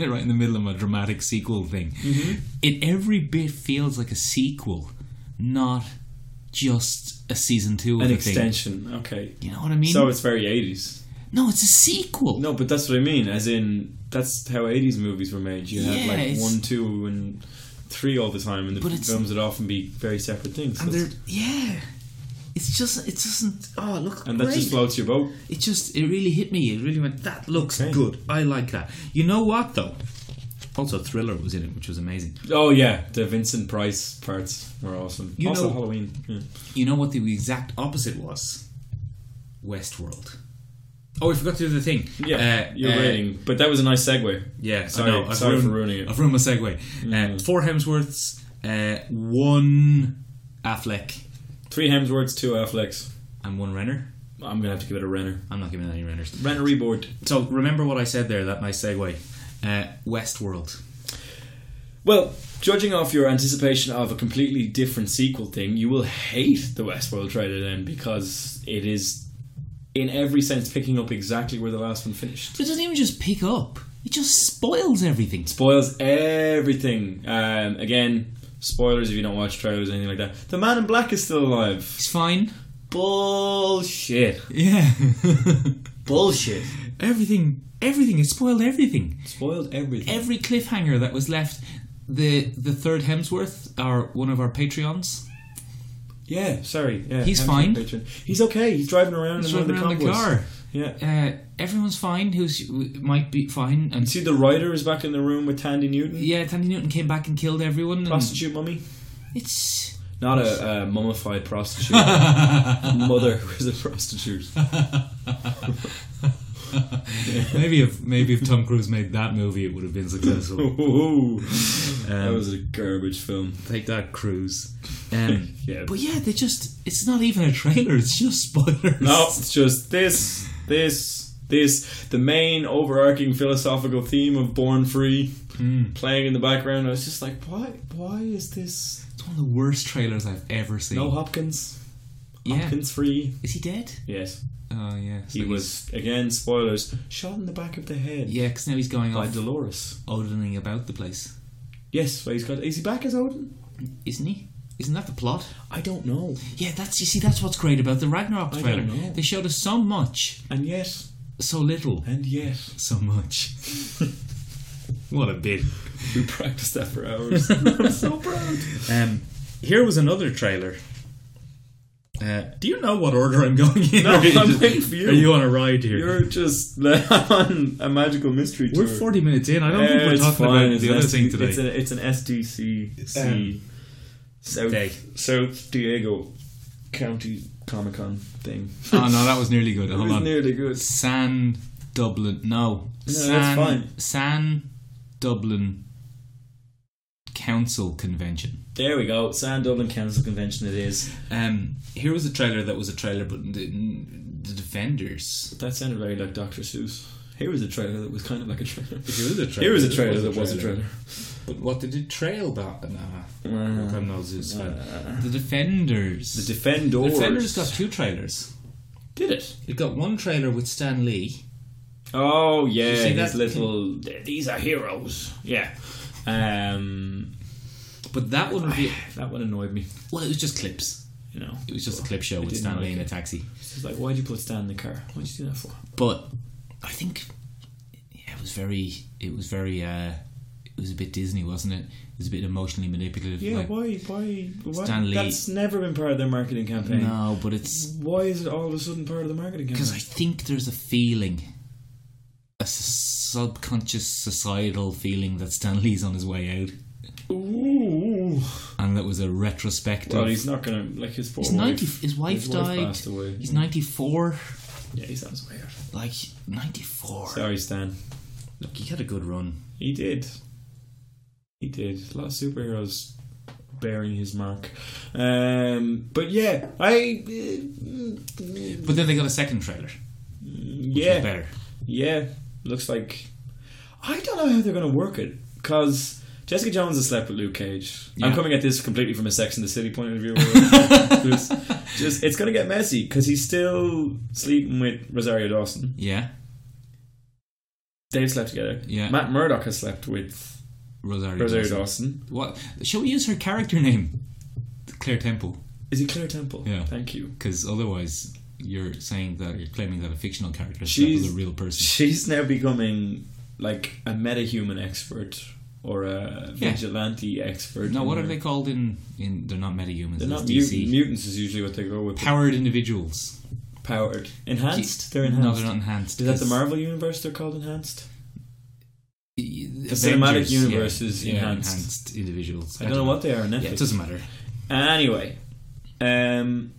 S2: right in the middle of a dramatic sequel thing.
S3: Mm-hmm.
S2: It every bit feels like a sequel, not just a season two of
S3: An
S2: a
S3: extension. Okay.
S2: Thing. You know what I mean?
S3: So it's very 80s.
S2: no, it's a sequel.
S3: No, but that's what I mean. As in, that's how 80s movies were made. You
S2: Yeah,
S3: had like
S2: it's-
S3: one, two, and three all the time, and the
S2: But it's-
S3: films would often be very separate things.
S2: and they're
S3: That's-
S2: yeah. It's just it doesn't. Oh look,
S3: and
S2: great.
S3: that just floats your boat.
S2: it just it really hit me. It really went. That looks
S3: Okay.
S2: good. I like that. You know what though? Also, Thriller was in it, which was amazing.
S3: Oh, yeah. The Vincent Price parts were awesome.
S2: You
S3: also,
S2: know-
S3: Halloween. Yeah.
S2: You know what the exact opposite was? Westworld. Oh, we forgot to do the thing.
S3: Yeah,
S2: Uh,
S3: you're
S2: uh,
S3: rating. But that was a nice segue.
S2: Yeah, so
S3: Sorry-
S2: no, I've
S3: sorry for
S2: ruined,
S3: ruining it. Mm-hmm.
S2: I've ruined my segue. Uh, four Hemsworths, uh, one Affleck,
S3: Three Hemsworths, two Afflecks.
S2: and one Renner.
S3: I'm going to have to give it a Renner.
S2: I'm not giving any Renners.
S3: Renner reboard.
S2: So remember what I said there. That nice segue. Uh, Westworld.
S3: Well, judging off your anticipation of a completely different sequel thing, you will hate the Westworld trailer then because it is, in every sense, picking up exactly where the last one finished.
S2: But it doesn't even just pick up. It just spoils everything.
S3: Spoils everything. Um, again, spoilers if you don't watch trailers or anything like that. The Man in Black is still alive.
S2: It's fine.
S3: Bullshit.
S2: Yeah.
S3: Bullshit.
S2: everything. Everything. It spoiled everything.
S3: Spoiled everything.
S2: every cliffhanger that was left the the third Hemsworth our one of our Patreons
S3: yeah, sorry. Yeah,
S2: He's
S3: Hamster
S2: fine.
S3: Patron. He's okay. He's driving around in
S2: driving
S3: one
S2: around
S3: of the
S2: the
S3: convoys.
S2: car
S3: Yeah.
S2: uh, everyone's fine who's who might be fine and
S3: See, the writer is back in the room with Tandy Newton.
S2: yeah Tandy Newton came back and killed everyone and
S3: Prostitute mummy.
S2: it's
S3: Not a, a mummified prostitute. Mother who is a prostitute.
S2: maybe if maybe if Tom Cruise made that movie it would have been successful
S3: Ooh, Um, that was a garbage film.
S2: take that Cruise um,
S3: Yeah.
S2: but yeah they just it's not even a trailer it's just spoilers
S3: No, it's just this, this, this. The main overarching philosophical theme of Born Free playing in the background. I was just like, why? Why is this?
S2: it's one of the worst trailers I've ever seen
S3: No Hopkins.
S2: yeah
S3: Hopkins free.
S2: is he dead
S3: Yes,
S2: oh yeah so
S3: he
S2: he's-
S3: was again. Spoilers. Shot in the back of the head
S2: yeah because now he's going
S3: by
S2: off
S3: Dolores.
S2: odening about the place,
S3: Yes, well, he's got. Is he back as Odin?
S2: isn't he? Isn't that the plot?
S3: I don't know.
S2: Yeah, that's you see, that's what's great about the Ragnarok
S3: I
S2: trailer.
S3: don't know.
S2: They showed us so much,
S3: And yet,
S2: so little,
S3: and yet.
S2: so much. what a bit.
S3: We practiced that for hours. I'm so proud.
S2: Um, here was another trailer. Uh, do you know what order I'm going in?
S3: No,
S2: Or are you
S3: I'm
S2: just-
S3: waiting for you.
S2: Are you on a ride here?
S3: You're just like, on a magical mystery tour.
S2: we're 40 minutes in. I don't think
S3: Yeah,
S2: we're
S3: it's
S2: talking
S3: fine.
S2: about
S3: It's
S2: the
S3: an
S2: other
S3: SD
S2: thing today.
S3: It's, a, it's an SDC
S2: Um,
S3: South,
S2: day.
S3: South Diego County Comic Con thing.
S2: oh no, that was nearly good.
S3: It
S2: Hold
S3: was
S2: on.
S3: nearly good.
S2: San Dublin. No,
S3: that's
S2: San
S3: fine.
S2: San Dublin Council Convention.
S3: There we go. San Dublin Council Convention. It is.
S2: Um, here was a trailer that was a trailer, but the, the Defenders.
S3: That sounded very like Dr. Seuss. Here was a trailer that was kind of like a trailer.
S2: Here was a trailer.
S3: Here was a trailer that was a trailer.
S2: But what did it trail back? Nah, look, I'm not a Zeus fan. The Defenders.
S3: Mm. Uh, The Defenders.
S2: Defenders got two trailers.
S3: Did it?
S2: It got one trailer with Stan Lee.
S3: Oh yeah,
S2: see
S3: his
S2: that?
S3: little. These are heroes. Yeah. Um,
S2: But that one would be
S3: that one annoyed me.
S2: well, it was just clips.
S3: You know,
S2: It was just a clip show with
S3: didn't
S2: Stan
S3: like
S2: Lee in a
S3: it.
S2: taxi.
S3: it's just like why'd you put Stan in the car? Why'd you do that for?
S2: But I think yeah, it was very it was very uh it was a bit Disney, wasn't it? It was a bit emotionally manipulative.
S3: Yeah,
S2: like,
S3: why? Why? why
S2: Stan Lee-
S3: That's never been part of their marketing campaign.
S2: No, but it's
S3: Why is it all of a sudden part of the marketing
S2: because I
S3: campaign?
S2: think there's a feeling, a s- subconscious societal feeling that Stan Lee's on his way out,
S3: Ooh.
S2: and that was a retrospective.
S3: Well, he's not gonna like his poor
S2: He's
S3: wife.
S2: 90 his wife died.
S3: passed away.
S2: He's ninety four,
S3: yeah, he sounds weird.
S2: like ninety four.
S3: Sorry, Stan.
S2: Look, he had a good run.
S3: He did. He did. A lot of superheroes bearing his mark. Um, but yeah, I uh,
S2: But then they got a second trailer.
S3: yeah
S2: Better.
S3: yeah looks like I don't know how they're gonna work it because. Jessica Jones has slept with Luke Cage. I'm
S2: Yeah.
S3: coming at this completely from a Sex and the City point of view. It's just it's gonna get messy because he's still sleeping with Rosario Dawson.
S2: Yeah.
S3: They've slept together.
S2: Yeah.
S3: Matt Murdock has slept with
S2: Rosario.
S3: Rosario
S2: Dawson.
S3: Dawson.
S2: What? Shall we use her character name? Claire Temple.
S3: Is it Claire Temple?
S2: Yeah.
S3: Thank you.
S2: Because otherwise, you're saying that you're claiming that a fictional character is
S3: She's-
S2: a real person.
S3: She's now becoming like a metahuman expert or a
S2: Yeah.
S3: vigilante expert.
S2: No, what
S3: in
S2: are
S3: her-
S2: they called in? In they're not metahumans.
S3: They're
S2: it's
S3: not
S2: DC.
S3: mutant. Mutants is usually what they go with.
S2: Powered individuals.
S3: Powered. Enhanced? They're
S2: No,
S3: enhanced.
S2: they're not enhanced.
S3: Is that the
S2: 'cause
S3: Marvel universe they're called enhanced?
S2: The
S3: cinematic
S2: Avengers, yeah,
S3: universe is
S2: yeah,
S3: enhanced.
S2: enhanced individuals.
S3: I don't know what they are on
S2: Yeah, it
S3: Netflix.
S2: doesn't matter.
S3: anyway, um,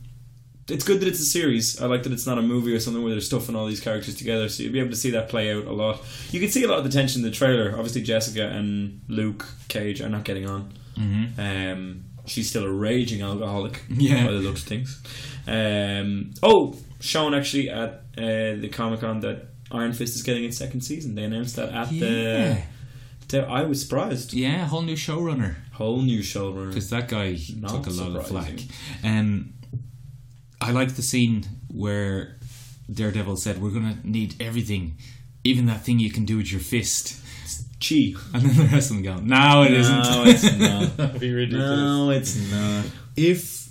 S3: it's good that it's a series. I like that it's not a movie or something where they're stuffing all these characters together, so you'll be able to see that play out a lot. You can see a lot of the tension in the trailer. Obviously, Jessica and Luke Cage are not getting on. Mm-hmm. Um, she's still a raging alcoholic,
S2: Yeah.
S3: by the looks of things. Um, oh, shown actually at uh, the Comic Con that Iron Fist is getting its second season. They announced that at
S2: Yeah.
S3: the. I was surprised.
S2: Yeah, whole new showrunner.
S3: Whole new showrunner.
S2: because that guy
S3: Not
S2: took a lot of flack.
S3: surprising.
S2: Um, I like the scene where Daredevil said, "We're gonna need everything, even that thing you can do with your fist,"
S3: Chi.
S2: and then the rest of them go, "No, it
S3: No,
S2: not
S3: it's not.
S2: That'd be ridiculous.
S3: No, it's not.
S2: If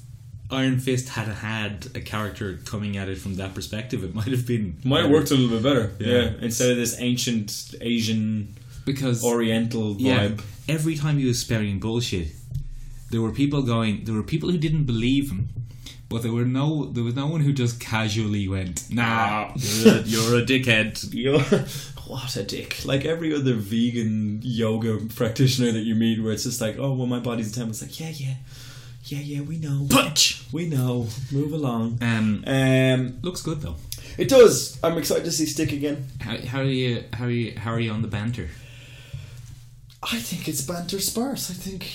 S2: Iron Fist had had a character coming at it from that perspective, it might have been
S3: Might have worked a little bit better. Yeah.
S2: Yeah.
S3: Instead of this ancient Asian
S2: because
S3: Oriental
S2: yeah,
S3: vibe.
S2: every time he was spouting bullshit, there were people going. There were people who didn't believe him, but there were no. There was no one who just casually went, "Nah, you're a, you're a dickhead."
S3: You're, what a dick. Like every other vegan yoga practitioner that you meet where it's just like, oh, well, my body's a temple. It's like, yeah, yeah. Yeah, yeah, we know.
S2: Punch.
S3: We know. Move along.
S2: Um,
S3: Um,
S2: looks good though.
S3: it does. I'm excited to see Stick again.
S2: How, how are you? How are you? How are you on the banter?
S3: I think it's banter sparse. I think...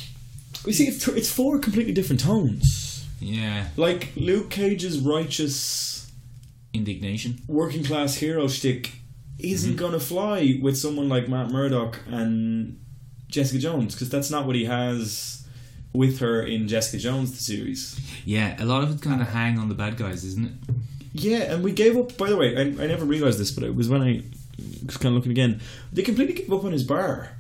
S3: We see, it's, it's four completely different tones.
S2: Yeah,
S3: Like, Luke Cage's righteous...
S2: indignation.
S3: working class hero shtick isn't gonna fly with someone like Matt Murdock and Jessica Jones because that's not what he has with her in Jessica Jones the series.
S2: Yeah, a lot of it kind
S3: Ah.
S2: of hang on the bad guys, isn't it?
S3: Yeah, and we gave up. By the way, I, I never realized this, but it was when I was kind of looking again. They completely gave up on his bar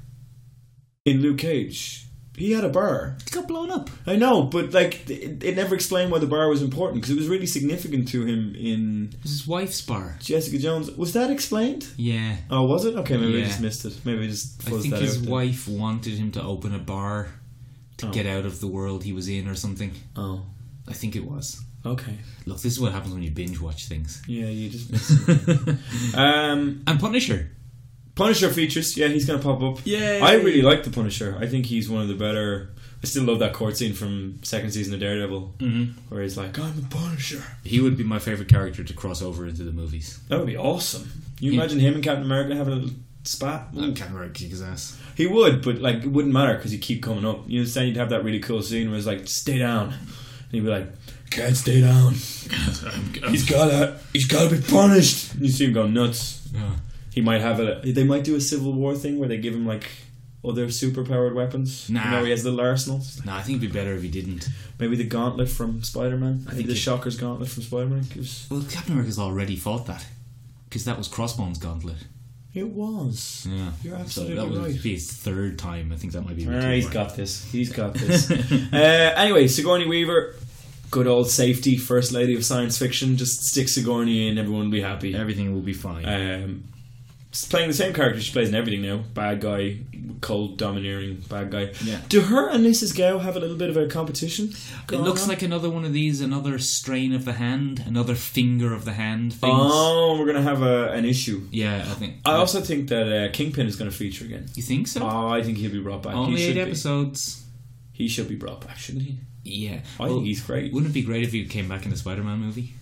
S3: in Luke Cage. He had a bar.
S2: It got blown up.
S3: I know, but like it, it never explained why the bar was important because it was really significant to him in
S2: It was his wife's bar.
S3: Jessica Jones. Was that explained?
S2: Yeah,
S3: Oh, was it? Okay, maybe I
S2: Yeah.
S3: just missed it. Maybe I just
S2: I
S3: fuzzed
S2: think
S3: that
S2: his
S3: out. then.
S2: wife wanted him to open a bar to
S3: Oh.
S2: get out of the world he was in, or something.
S3: Oh,
S2: I think it was.
S3: okay.
S2: Look, this is what happens when you binge watch things.
S3: Yeah, you just missed it. um,
S2: And Punisher.
S3: Punisher features. Yeah, he's gonna pop up.
S2: Yay.
S3: I really like the Punisher. I think he's one of the better. I still love that court scene from second season of Daredevil,
S2: Mhm.
S3: where he's like, "I'm the Punisher."
S2: He would be my favorite character to cross over into the movies.
S3: That would be awesome. You
S2: Yeah. Uh,
S3: imagine him and Captain America having a little spat.
S2: I'm kind of kick his ass.
S3: He would, but like it wouldn't matter because he'd keep coming up. You understand? You'd have that really cool scene where it's like, "Stay down," and he'd be like, "Can't stay down." He's gotta, he's gotta be punished. You see him go nuts.
S2: Yeah.
S3: He might have a. They might do a civil war thing where they give him like other superpowered weapons.
S2: Nah.
S3: You know, he has little arsenals.
S2: No, I think it'd be better if he didn't.
S3: Maybe the gauntlet from Spider Man. I
S2: think
S3: think the
S2: he-
S3: Shocker's gauntlet from Spider Man gives.
S2: Well, Captain America's already fought that because that was Crossbones Gauntlet.
S3: It was.
S2: Yeah,
S3: You're
S2: so that
S3: absolutely
S2: would
S3: right.
S2: be his third time. I think that might be. a bit
S3: Ah,
S2: too
S3: he's
S2: far.
S3: got this. He's got this. uh, anyway, Sigourney Weaver, good old safety, first lady of science fiction. Just stick Sigourney in, everyone will be happy.
S2: everything will be fine.
S3: Um, she's playing the same character she plays in everything now. Bad guy, cold, domineering, bad guy.
S2: Yeah.
S3: Do her and Mrs. Gao have a little bit of a competition?
S2: it
S3: going
S2: looks
S3: on?
S2: like another one of these, another strain of the hand, another finger of the hand things.
S3: Oh, we're gonna have a, an issue.
S2: Yeah, I think.
S3: I also think that uh, Kingpin is gonna feature again.
S2: you think so?
S3: Oh, I think he'll be brought back.
S2: Only
S3: he should
S2: eight
S3: be.
S2: episodes.
S3: He should be brought back, shouldn't he?
S2: Yeah,
S3: I think he's great.
S2: Wouldn't it be great if he came back in the Spider-Man movie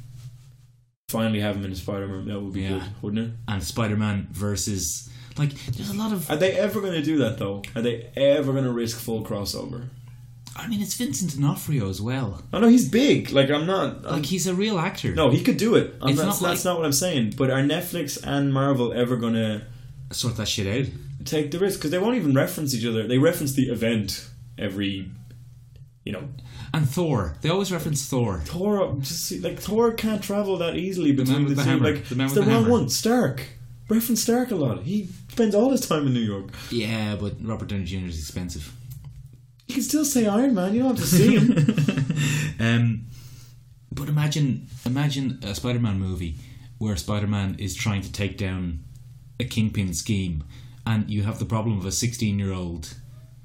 S3: Finally, have him in a Spider-Man. That would be
S2: Yeah.
S3: good, wouldn't it?
S2: and Spider-Man versus like? There's a lot of.
S3: Are they ever going to do that though? Are they ever going to risk full crossover?
S2: I mean, it's Vincent D'Onofrio as well.
S3: Oh no, he's big. Like I'm not. I'm-
S2: Like he's a real actor.
S3: no, he could do it. I'm
S2: It's not
S3: not, that's not what I'm saying. But are Netflix and Marvel ever going to
S2: sort that shit out.
S3: take the risk? Because they won't even reference each other. They reference the event every. You know,
S2: And Thor. They always reference Thor.
S3: Thor just see- like Thor can't travel that easily between
S2: with
S3: the,
S2: the
S3: two.
S2: hammer.
S3: Like
S2: The man
S3: it's
S2: with
S3: the,
S2: the
S3: wrong
S2: hammer.
S3: one. Stark reference Stark a lot. He spends all his time in New York.
S2: Yeah, but Robert Downey Jr. is expensive.
S3: You can still say Iron Man. You don't have to see him.
S2: Um, but imagine, imagine a Spider-Man movie where Spider-Man is trying to take down a kingpin scheme, and you have the problem of a sixteen-year-old.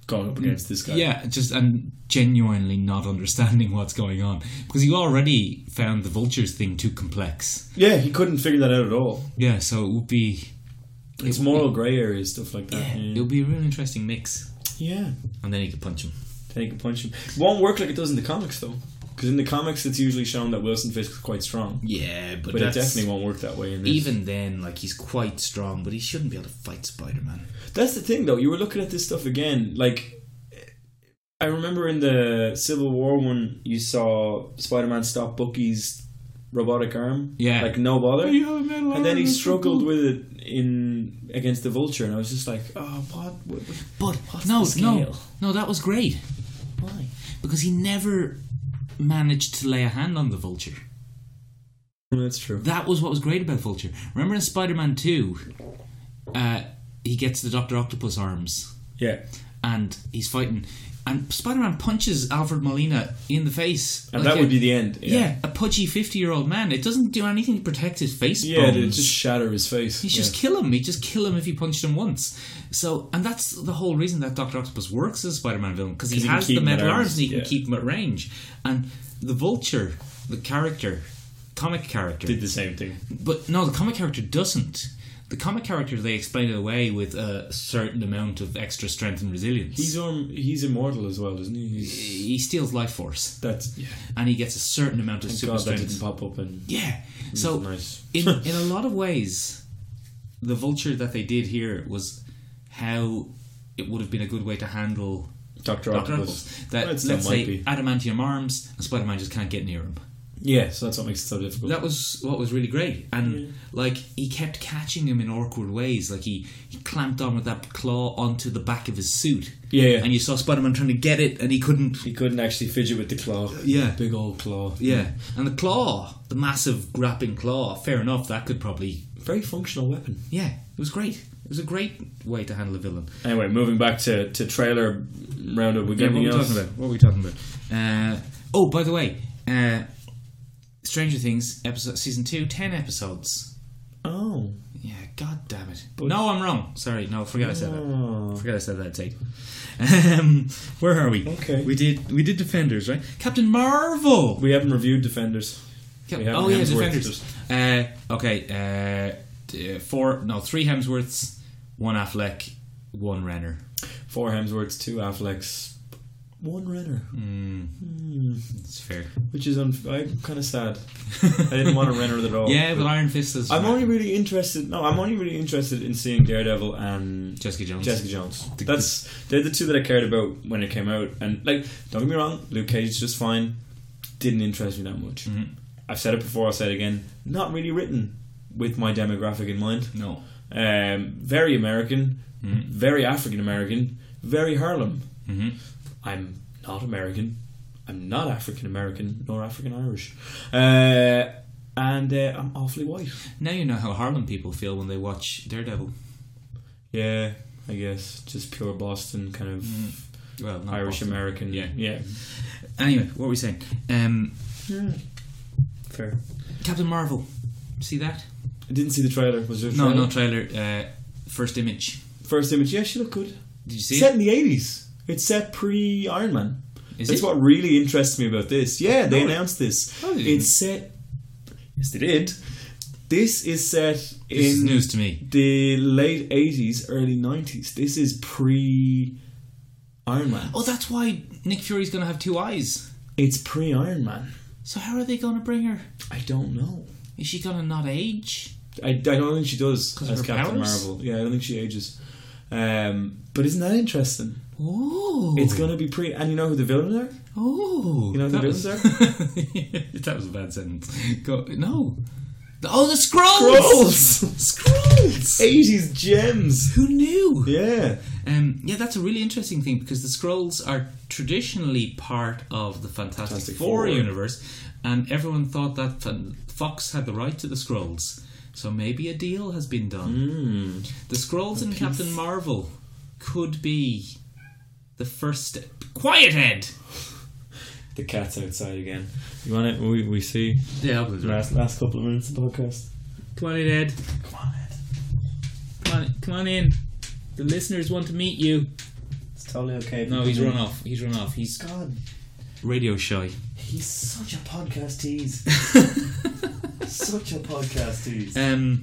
S3: Going up against this guy.
S2: Yeah, just and genuinely not understanding what's going on because you already found the vultures thing too complex.
S3: yeah, he couldn't figure that out at all.
S2: Yeah, so it would be
S3: It's moral grey area stuff like that.
S2: yeah, it
S3: Yeah.
S2: would be a real interesting mix,
S3: yeah.
S2: and then you could punch him.
S3: Take a punch. Him. It won't work like it does in the comics though, because in the comics it's usually shown that Wilson Fisk is quite strong,
S2: Yeah,
S3: but it definitely won't work that way. In this.
S2: Even then, like he's quite strong, but he shouldn't be able to fight Spider Man.
S3: that's the thing though. You were looking at this stuff again, like. I remember in the Civil War one, you saw Spider-Man stop Bucky's robotic arm,
S2: Yeah.
S3: like no bother, and then he struggled with it in against the Vulture, and I was just like, oh, what? what, what
S2: But
S3: What's
S2: no, no,
S3: the scale?
S2: no, that was great
S3: why?
S2: because he never managed to lay a hand on the Vulture.
S3: Well, Mm, that's true.
S2: That was what was great about Vulture. Remember in Spider Man Two, uh, he gets the Doctor Octopus arms
S3: Yeah,
S2: and he's fighting, and Spider Man punches Alfred Molina in the face,
S3: and
S2: like
S3: that
S2: a-
S3: would be the end.
S2: Yeah. a pudgy fifty-year-old man. It doesn't do anything to protect his face
S3: Yeah,
S2: bones.
S3: it'd just shatter his face.
S2: He'd just kill him. He'd just kill him if he punched him once. So, and that's the whole reason that Doctor Octopus works as a Spider-Man villain because he,
S3: he can
S2: has
S3: keep
S2: the
S3: him at
S2: metal
S3: arms,
S2: arms and he
S3: yeah.
S2: can keep him at range. And the Vulture, the character, comic character,
S3: did the same thing.
S2: but no, the comic character doesn't. The comic character they explain it away with a certain amount of extra strength and resilience.
S3: He's um, he's immortal as well, isn't he? He's,
S2: he steals life force
S3: that's yeah.
S2: and he gets a certain amount of super
S3: God, that
S2: strength.
S3: didn't pop up and
S2: Yeah. So
S3: nice.
S2: in in a lot of ways, the vulture that they did here was how it would have been a good way to handle
S3: Doctor
S2: Doctor
S3: Octopus.
S2: Octopus. That
S3: Well, it
S2: let's
S3: still might
S2: say
S3: be.
S2: adamantium arms and Spider Man just can't get near him.
S3: Yeah, so that's what makes it so difficult.
S2: That was what was really great, and like he kept catching him in awkward ways. Like he he clamped on with that claw onto the back of his suit.
S3: Yeah, yeah.
S2: and you saw Spider Man trying to get it, and he couldn't.
S3: he couldn't actually fidget with the claw.
S2: Yeah.
S3: big old claw.
S2: Yeah, and the claw, the massive grappling claw. Fair enough, that could probably
S3: Very functional weapon.
S2: Yeah, it was great. It was a great way to handle a villain.
S3: Anyway, moving back to, to trailer roundup. We
S2: what
S3: got
S2: were
S3: anything
S2: we
S3: else?
S2: talking about? What were we talking about? Uh, oh, by the way, uh, Stranger Things episode season two, ten episodes.
S3: Oh,
S2: Yeah, god damn it. no, I'm wrong. Sorry, no, forget I said
S3: Oh.
S2: that. Forget I said that tape. Um, where are we?
S3: Okay.
S2: we did we did Defenders, right? Captain Marvel.
S3: we haven't reviewed Defenders.
S2: Cap-
S3: we haven't
S2: oh yeah,
S3: Hemsworth
S2: Defenders. Uh, okay, uh, d- uh, four no three Hemsworths, one Affleck, one Renner.
S3: Four Hemsworths, two Afflecks, one Renner,
S2: It's fair.
S3: Hmm. which is unf- I'm kind of sad. I didn't want a Renner at all.
S2: Yeah, but Iron Fist is.
S3: Oh, I'm only really interested. No, I'm only really interested in seeing Daredevil and
S2: Jessica Jones.
S3: Jessica Jones. That's they're the two that I cared about when it came out. And like, don't get me wrong, Luke Cage is just fine. Didn't interest me that much.
S2: Mm-hmm.
S3: I've said it before. I'll say it again. Not really written with my demographic in mind.
S2: No. Mm-hmm.
S3: um, very American, very African American, very Harlem. I'm not American. I'm not African American nor African Irish, uh, and uh, I'm awfully white.
S2: Now you know how Harlem people feel when they watch Daredevil.
S3: Yeah, I guess just pure Boston kind of
S2: Well, not
S3: Irish
S2: Mm, Boston.
S3: American.
S2: Yeah.
S3: yeah,
S2: Anyway, what were we saying? Um,
S3: fair.
S2: Captain Marvel. See that?
S3: I didn't see the trailer. Was there a
S2: No,
S3: trailer?
S2: no trailer. Uh, first image.
S3: First image. Yeah, she looked good.
S2: Did you see
S3: set
S2: it?
S3: in the eighties. It's set pre Iron Man.
S2: Is
S3: That's
S2: it?
S3: what really interests me about this. Yeah, they
S2: No.
S3: announced this.
S2: No, they didn't.
S3: it's set. Yes, they did. This is set in
S2: This is news to me.
S3: the late eighties, early nineties. This is pre Iron Man.
S2: Oh, that's why Nick Fury's going to have two eyes.
S3: It's pre Iron Man.
S2: So how are they going to bring her?
S3: I don't know.
S2: Is she going to not age?
S3: I, I don't think she does
S2: 'Cause of
S3: as
S2: her
S3: Captain
S2: powers?
S3: Marvel. Yeah, I don't think she ages. Um, but isn't that interesting?
S2: Oh,
S3: It's gonna be pre, and you know who the villain are?
S2: Oh,
S3: You know the
S2: that was-
S3: villains
S2: that was a bad sentence. Go, no. Oh, the scrolls.
S3: Scrolls,
S2: Scrolls.
S3: eighties gems.
S2: Who knew?
S3: Yeah,
S2: Um, yeah, that's a really interesting thing because the Skrulls are traditionally part of the Fantastic,
S3: Fantastic
S2: Four,
S3: Four.
S2: universe, and everyone thought that Fan- Fox had the right to the Skrulls. So maybe a deal has been done. The Skrulls and Captain Marvel could be the first. Step. Quiet head.
S3: the cat's outside again. You want it? We, we see
S2: Yeah, I was right.
S3: last last couple of minutes of the podcast.
S2: Come on in, Ed. Come on, come on in. The listeners want to meet you.
S3: It's totally okay.
S2: No, he's run off. He's run off. He's
S3: God,
S2: radio shy.
S3: he's such a podcast tease. such a podcast tease.
S2: Um,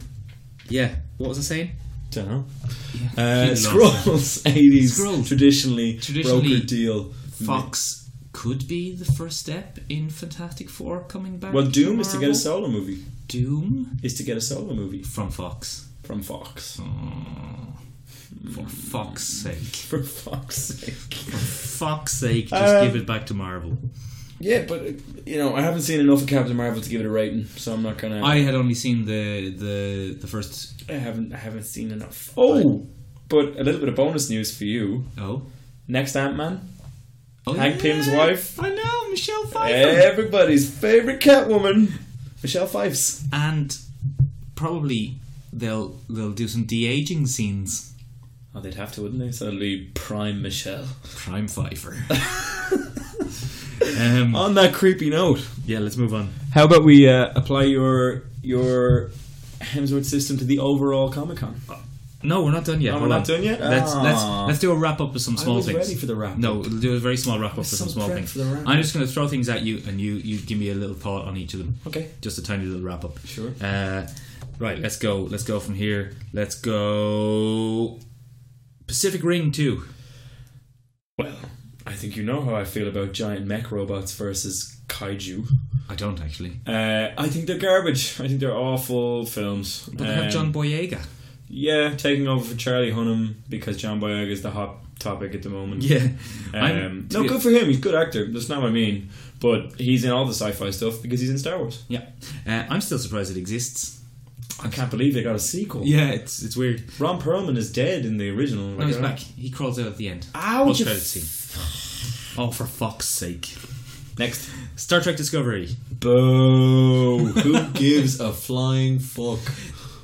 S2: yeah. What was I saying?
S3: Don't know.
S2: He
S3: Uh,
S2: loves
S3: scrolls, eighties,
S2: Scrolls.
S3: traditionally,
S2: Traditionally-
S3: broker deal.
S2: Fox could be the first step in Fantastic Four coming back.
S3: Well, Doom
S2: to
S3: is to get a
S2: Marvel.
S3: solo movie.
S2: Doom
S3: Is to get a solo movie
S2: from Fox.
S3: from Fox.
S2: Oh, for Fox's sake.
S3: For Fox's sake.
S2: For Fox's sake, just
S3: Um,
S2: give it back to Marvel.
S3: Yeah, but uh, you know, I haven't seen enough of Captain Marvel to give it a rating, so I'm not gonna.
S2: I had only seen the the the first.
S3: I haven't I haven't seen enough. Oh, but a little bit of bonus news for you.
S2: Oh,
S3: Next Ant Man,
S2: oh
S3: Hank Pym's wife. Eh.
S2: I know Michelle Pfeiffer.
S3: everybody's favorite Catwoman, Michelle Pfeiffer.
S2: and probably they'll they'll do some de aging scenes.
S3: Oh, they'd have to, wouldn't they? So it'll be prime Michelle.
S2: Prime Pfeiffer. um,
S3: On that creepy note,
S2: yeah, let's move on.
S3: how about we uh, apply your your Hemsworth system to the overall Comic Con?
S2: No, we're not done yet.
S3: No, we're
S2: Hold
S3: not
S2: on.
S3: done yet?
S2: Let's let's
S3: Ah.
S2: let's do a wrap up of some small
S3: was
S2: things.
S3: ready for the wrap-up.
S2: No, we'll do a very small wrap up for some
S3: some
S2: small
S3: prep
S2: things.
S3: for the wrap-up.
S2: I'm just going to throw things at you, and you you give me a little thought on each of them.
S3: Okay.
S2: Just a tiny little wrap up.
S3: Sure.
S2: Uh, right. Let's go. Let's go from here. Let's go. Pacific Ring two.
S3: Well, I think you know how I feel about giant mech robots versus kaiju.
S2: I don't actually.
S3: Uh, I think they're garbage. I think they're awful films. Um,
S2: But they have John Boyega.
S3: Yeah, taking over for Charlie Hunnam because John Boyega is the hot topic at the moment.
S2: Yeah.
S3: Um,
S2: I'm-
S3: no, good for him. He's a good actor. That's not what I mean. But he's in all the sci-fi stuff because he's in Star Wars.
S2: Yeah, uh, I'm still surprised it exists.
S3: I can't believe they got a sequel.
S2: Yeah, it's it's weird.
S3: Ron Perlman is dead in the original.
S2: No, he's back. He crawls out at the end.
S3: Ouch,
S2: Post
S3: you
S2: credits scene. Oh, for fuck's sake!
S3: Next.
S2: Star Trek Discovery.
S3: Boo. Who gives a flying fuck?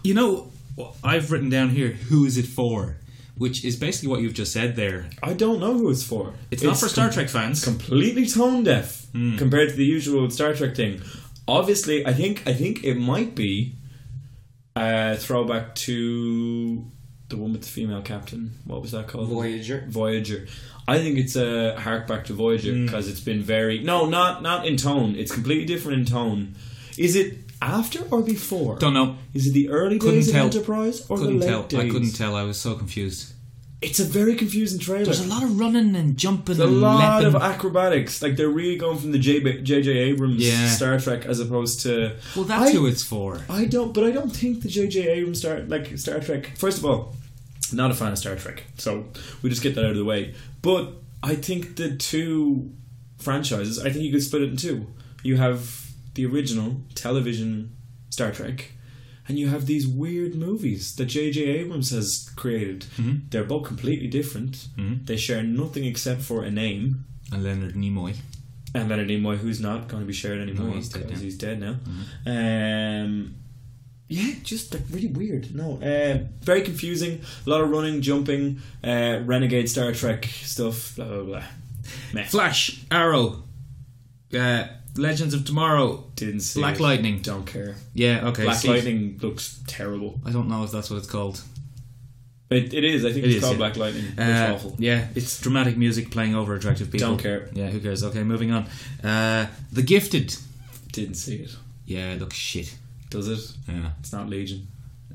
S2: You know, wh- I've written down here who is it for, which is basically what you've just said there.
S3: I don't know who it's for.
S2: It's, not for Star Trek fans.
S3: completely tone deaf
S2: Hmm.
S3: compared to the usual Star Trek thing. Obviously, I think I think it might be a throwback to the one with the female captain. What was that called?
S2: Voyager.
S3: Voyager. I think it's a hark back to Voyager
S2: Hmm.
S3: because it's been very no, not not in tone. It's completely different in tone. Is it after or before?
S2: Don't know.
S3: Is it the early
S2: Couldn't
S3: days
S2: tell.
S3: of Enterprise or
S2: couldn't
S3: the late
S2: tell.
S3: days?
S2: I couldn't tell. I was so confused.
S3: It's a very confusing trailer.
S2: There's a lot of running and jumping
S3: a
S2: and
S3: lot
S2: leaping.
S3: of acrobatics. Like they're really going from the J- J.J. Abrams
S2: Yeah.
S3: Star Trek as opposed to.
S2: well, that's
S3: I,
S2: who it's for.
S3: I don't, but I don't think the J.J. Abrams Star like Star Trek. First of all, not a fan of Star Trek, so we just get that out of the way. But I think the two franchises. I think you could split it in two. You have the original television Star Trek, and you have these weird movies that J.J. Abrams has created.
S2: Mm-hmm.
S3: They're both completely different. They share nothing except for a name.
S2: And Mm-hmm. Leonard Nimoy.
S3: And Leonard Nimoy, who's not going to be shared anymore
S2: he's
S3: because
S2: dead Mm-hmm. now.
S3: he's dead now. Um, yeah, just like really weird. No, uh, very confusing. A lot of running, jumping, uh, renegade Star Trek stuff. Blah blah blah. Meh.
S2: Flash, Arrow, uh, Legends of Tomorrow.
S3: Didn't see
S2: Black
S3: it.
S2: Lightning.
S3: Don't care.
S2: Yeah, okay.
S3: Black
S2: see-
S3: Lightning looks terrible.
S2: I don't know if that's what it's called.
S3: It, it is. I think
S2: It
S3: it's
S2: is,
S3: called
S2: yeah.
S3: Black Lightning. It's
S2: Uh,
S3: awful.
S2: Yeah, it's dramatic music playing over attractive people.
S3: Don't care.
S2: Yeah, who cares? Okay, moving on. Uh, the Gifted.
S3: Didn't see it.
S2: Yeah, it looks shit.
S3: Does it?
S2: Yeah,
S3: It's not Legion.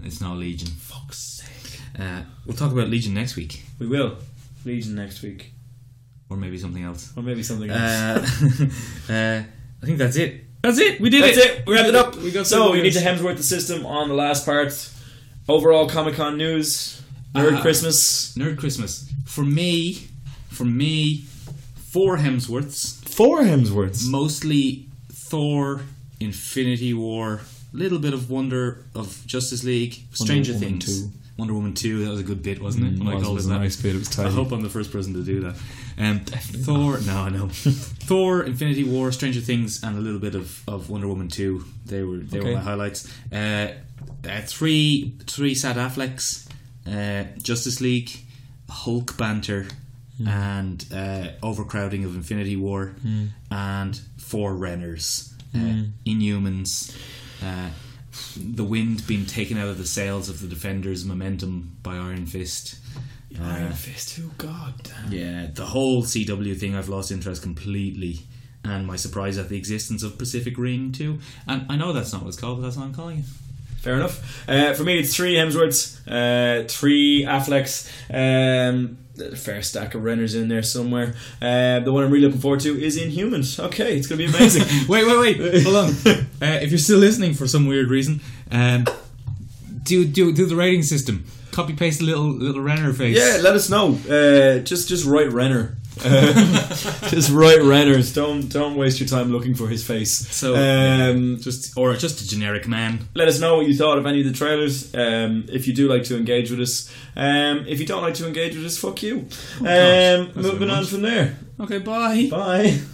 S2: it's not Legion.
S3: Fuck's sake.
S2: Uh, we'll talk about Legion next week,
S3: We will. Legion next week,
S2: or maybe something else.
S3: or maybe something else.
S2: Uh, uh, I think that's it. That's it. We did
S3: That's
S2: it.
S3: it. We wrapped it up.
S2: We got
S3: so
S2: through
S3: we need
S2: this.
S3: to Hemsworth the system on the last part. Overall Comic Con news. Nerd
S2: Uh,
S3: Christmas.
S2: Nerd Christmas for me. For me, four Hemsworths.
S3: Four Hemsworths.
S2: mostly Thor, Infinity War, little bit of Wonder of Justice League, Stranger
S3: Woman
S2: Things,
S3: 2.
S2: Wonder Woman Two. That was a good bit, wasn't it? When I
S3: was,
S2: called
S3: was
S2: it
S3: a
S2: that.
S3: nice bit, it was tidy.
S2: I hope I'm the first person to do that. Um, Thor, no, I know. Thor, Infinity War, Stranger Things, and a little bit of, of Wonder Woman Two. They were they
S3: Okay.
S2: were my highlights. Uh, uh, three three Sad Afflecks, uh, Justice League, Hulk banter, and uh, overcrowding of Infinity War, and four Renners, uh, Inhumans. Uh, the wind being taken out of the sails of the defenders' momentum by Iron Fist.
S3: Iron Fist. Oh god damn.
S2: Yeah, the whole CW thing I've lost interest completely, and my surprise at the existence of Pacific Ring too. And I know that's not what it's called, but that's what I'm calling it.
S3: Fair enough. Uh, for me, it's three Hemsworths, uh, three Afflecks. Um, a fair stack of Renners in there somewhere. Uh, the one I'm really looking forward to is Inhumans. Okay, it's gonna be amazing.
S2: Wait, wait, wait! Hold on. Uh, if you're still listening for some weird reason, um, do do do the rating system. Copy paste the little little Renner face.
S3: Yeah, let us know. Uh, just just write Renner. just write Renner's. Don't don't waste your time looking for his face.
S2: So-
S3: um,
S2: just or just a generic man.
S3: let us know what you thought of any of the trailers. Um, if you do like to engage with us, um, if you don't like to engage with us, fuck you.
S2: Oh, gosh,
S3: um,
S2: that's
S3: moving
S2: very
S3: on
S2: much.
S3: from there.
S2: Okay, bye.
S3: Bye.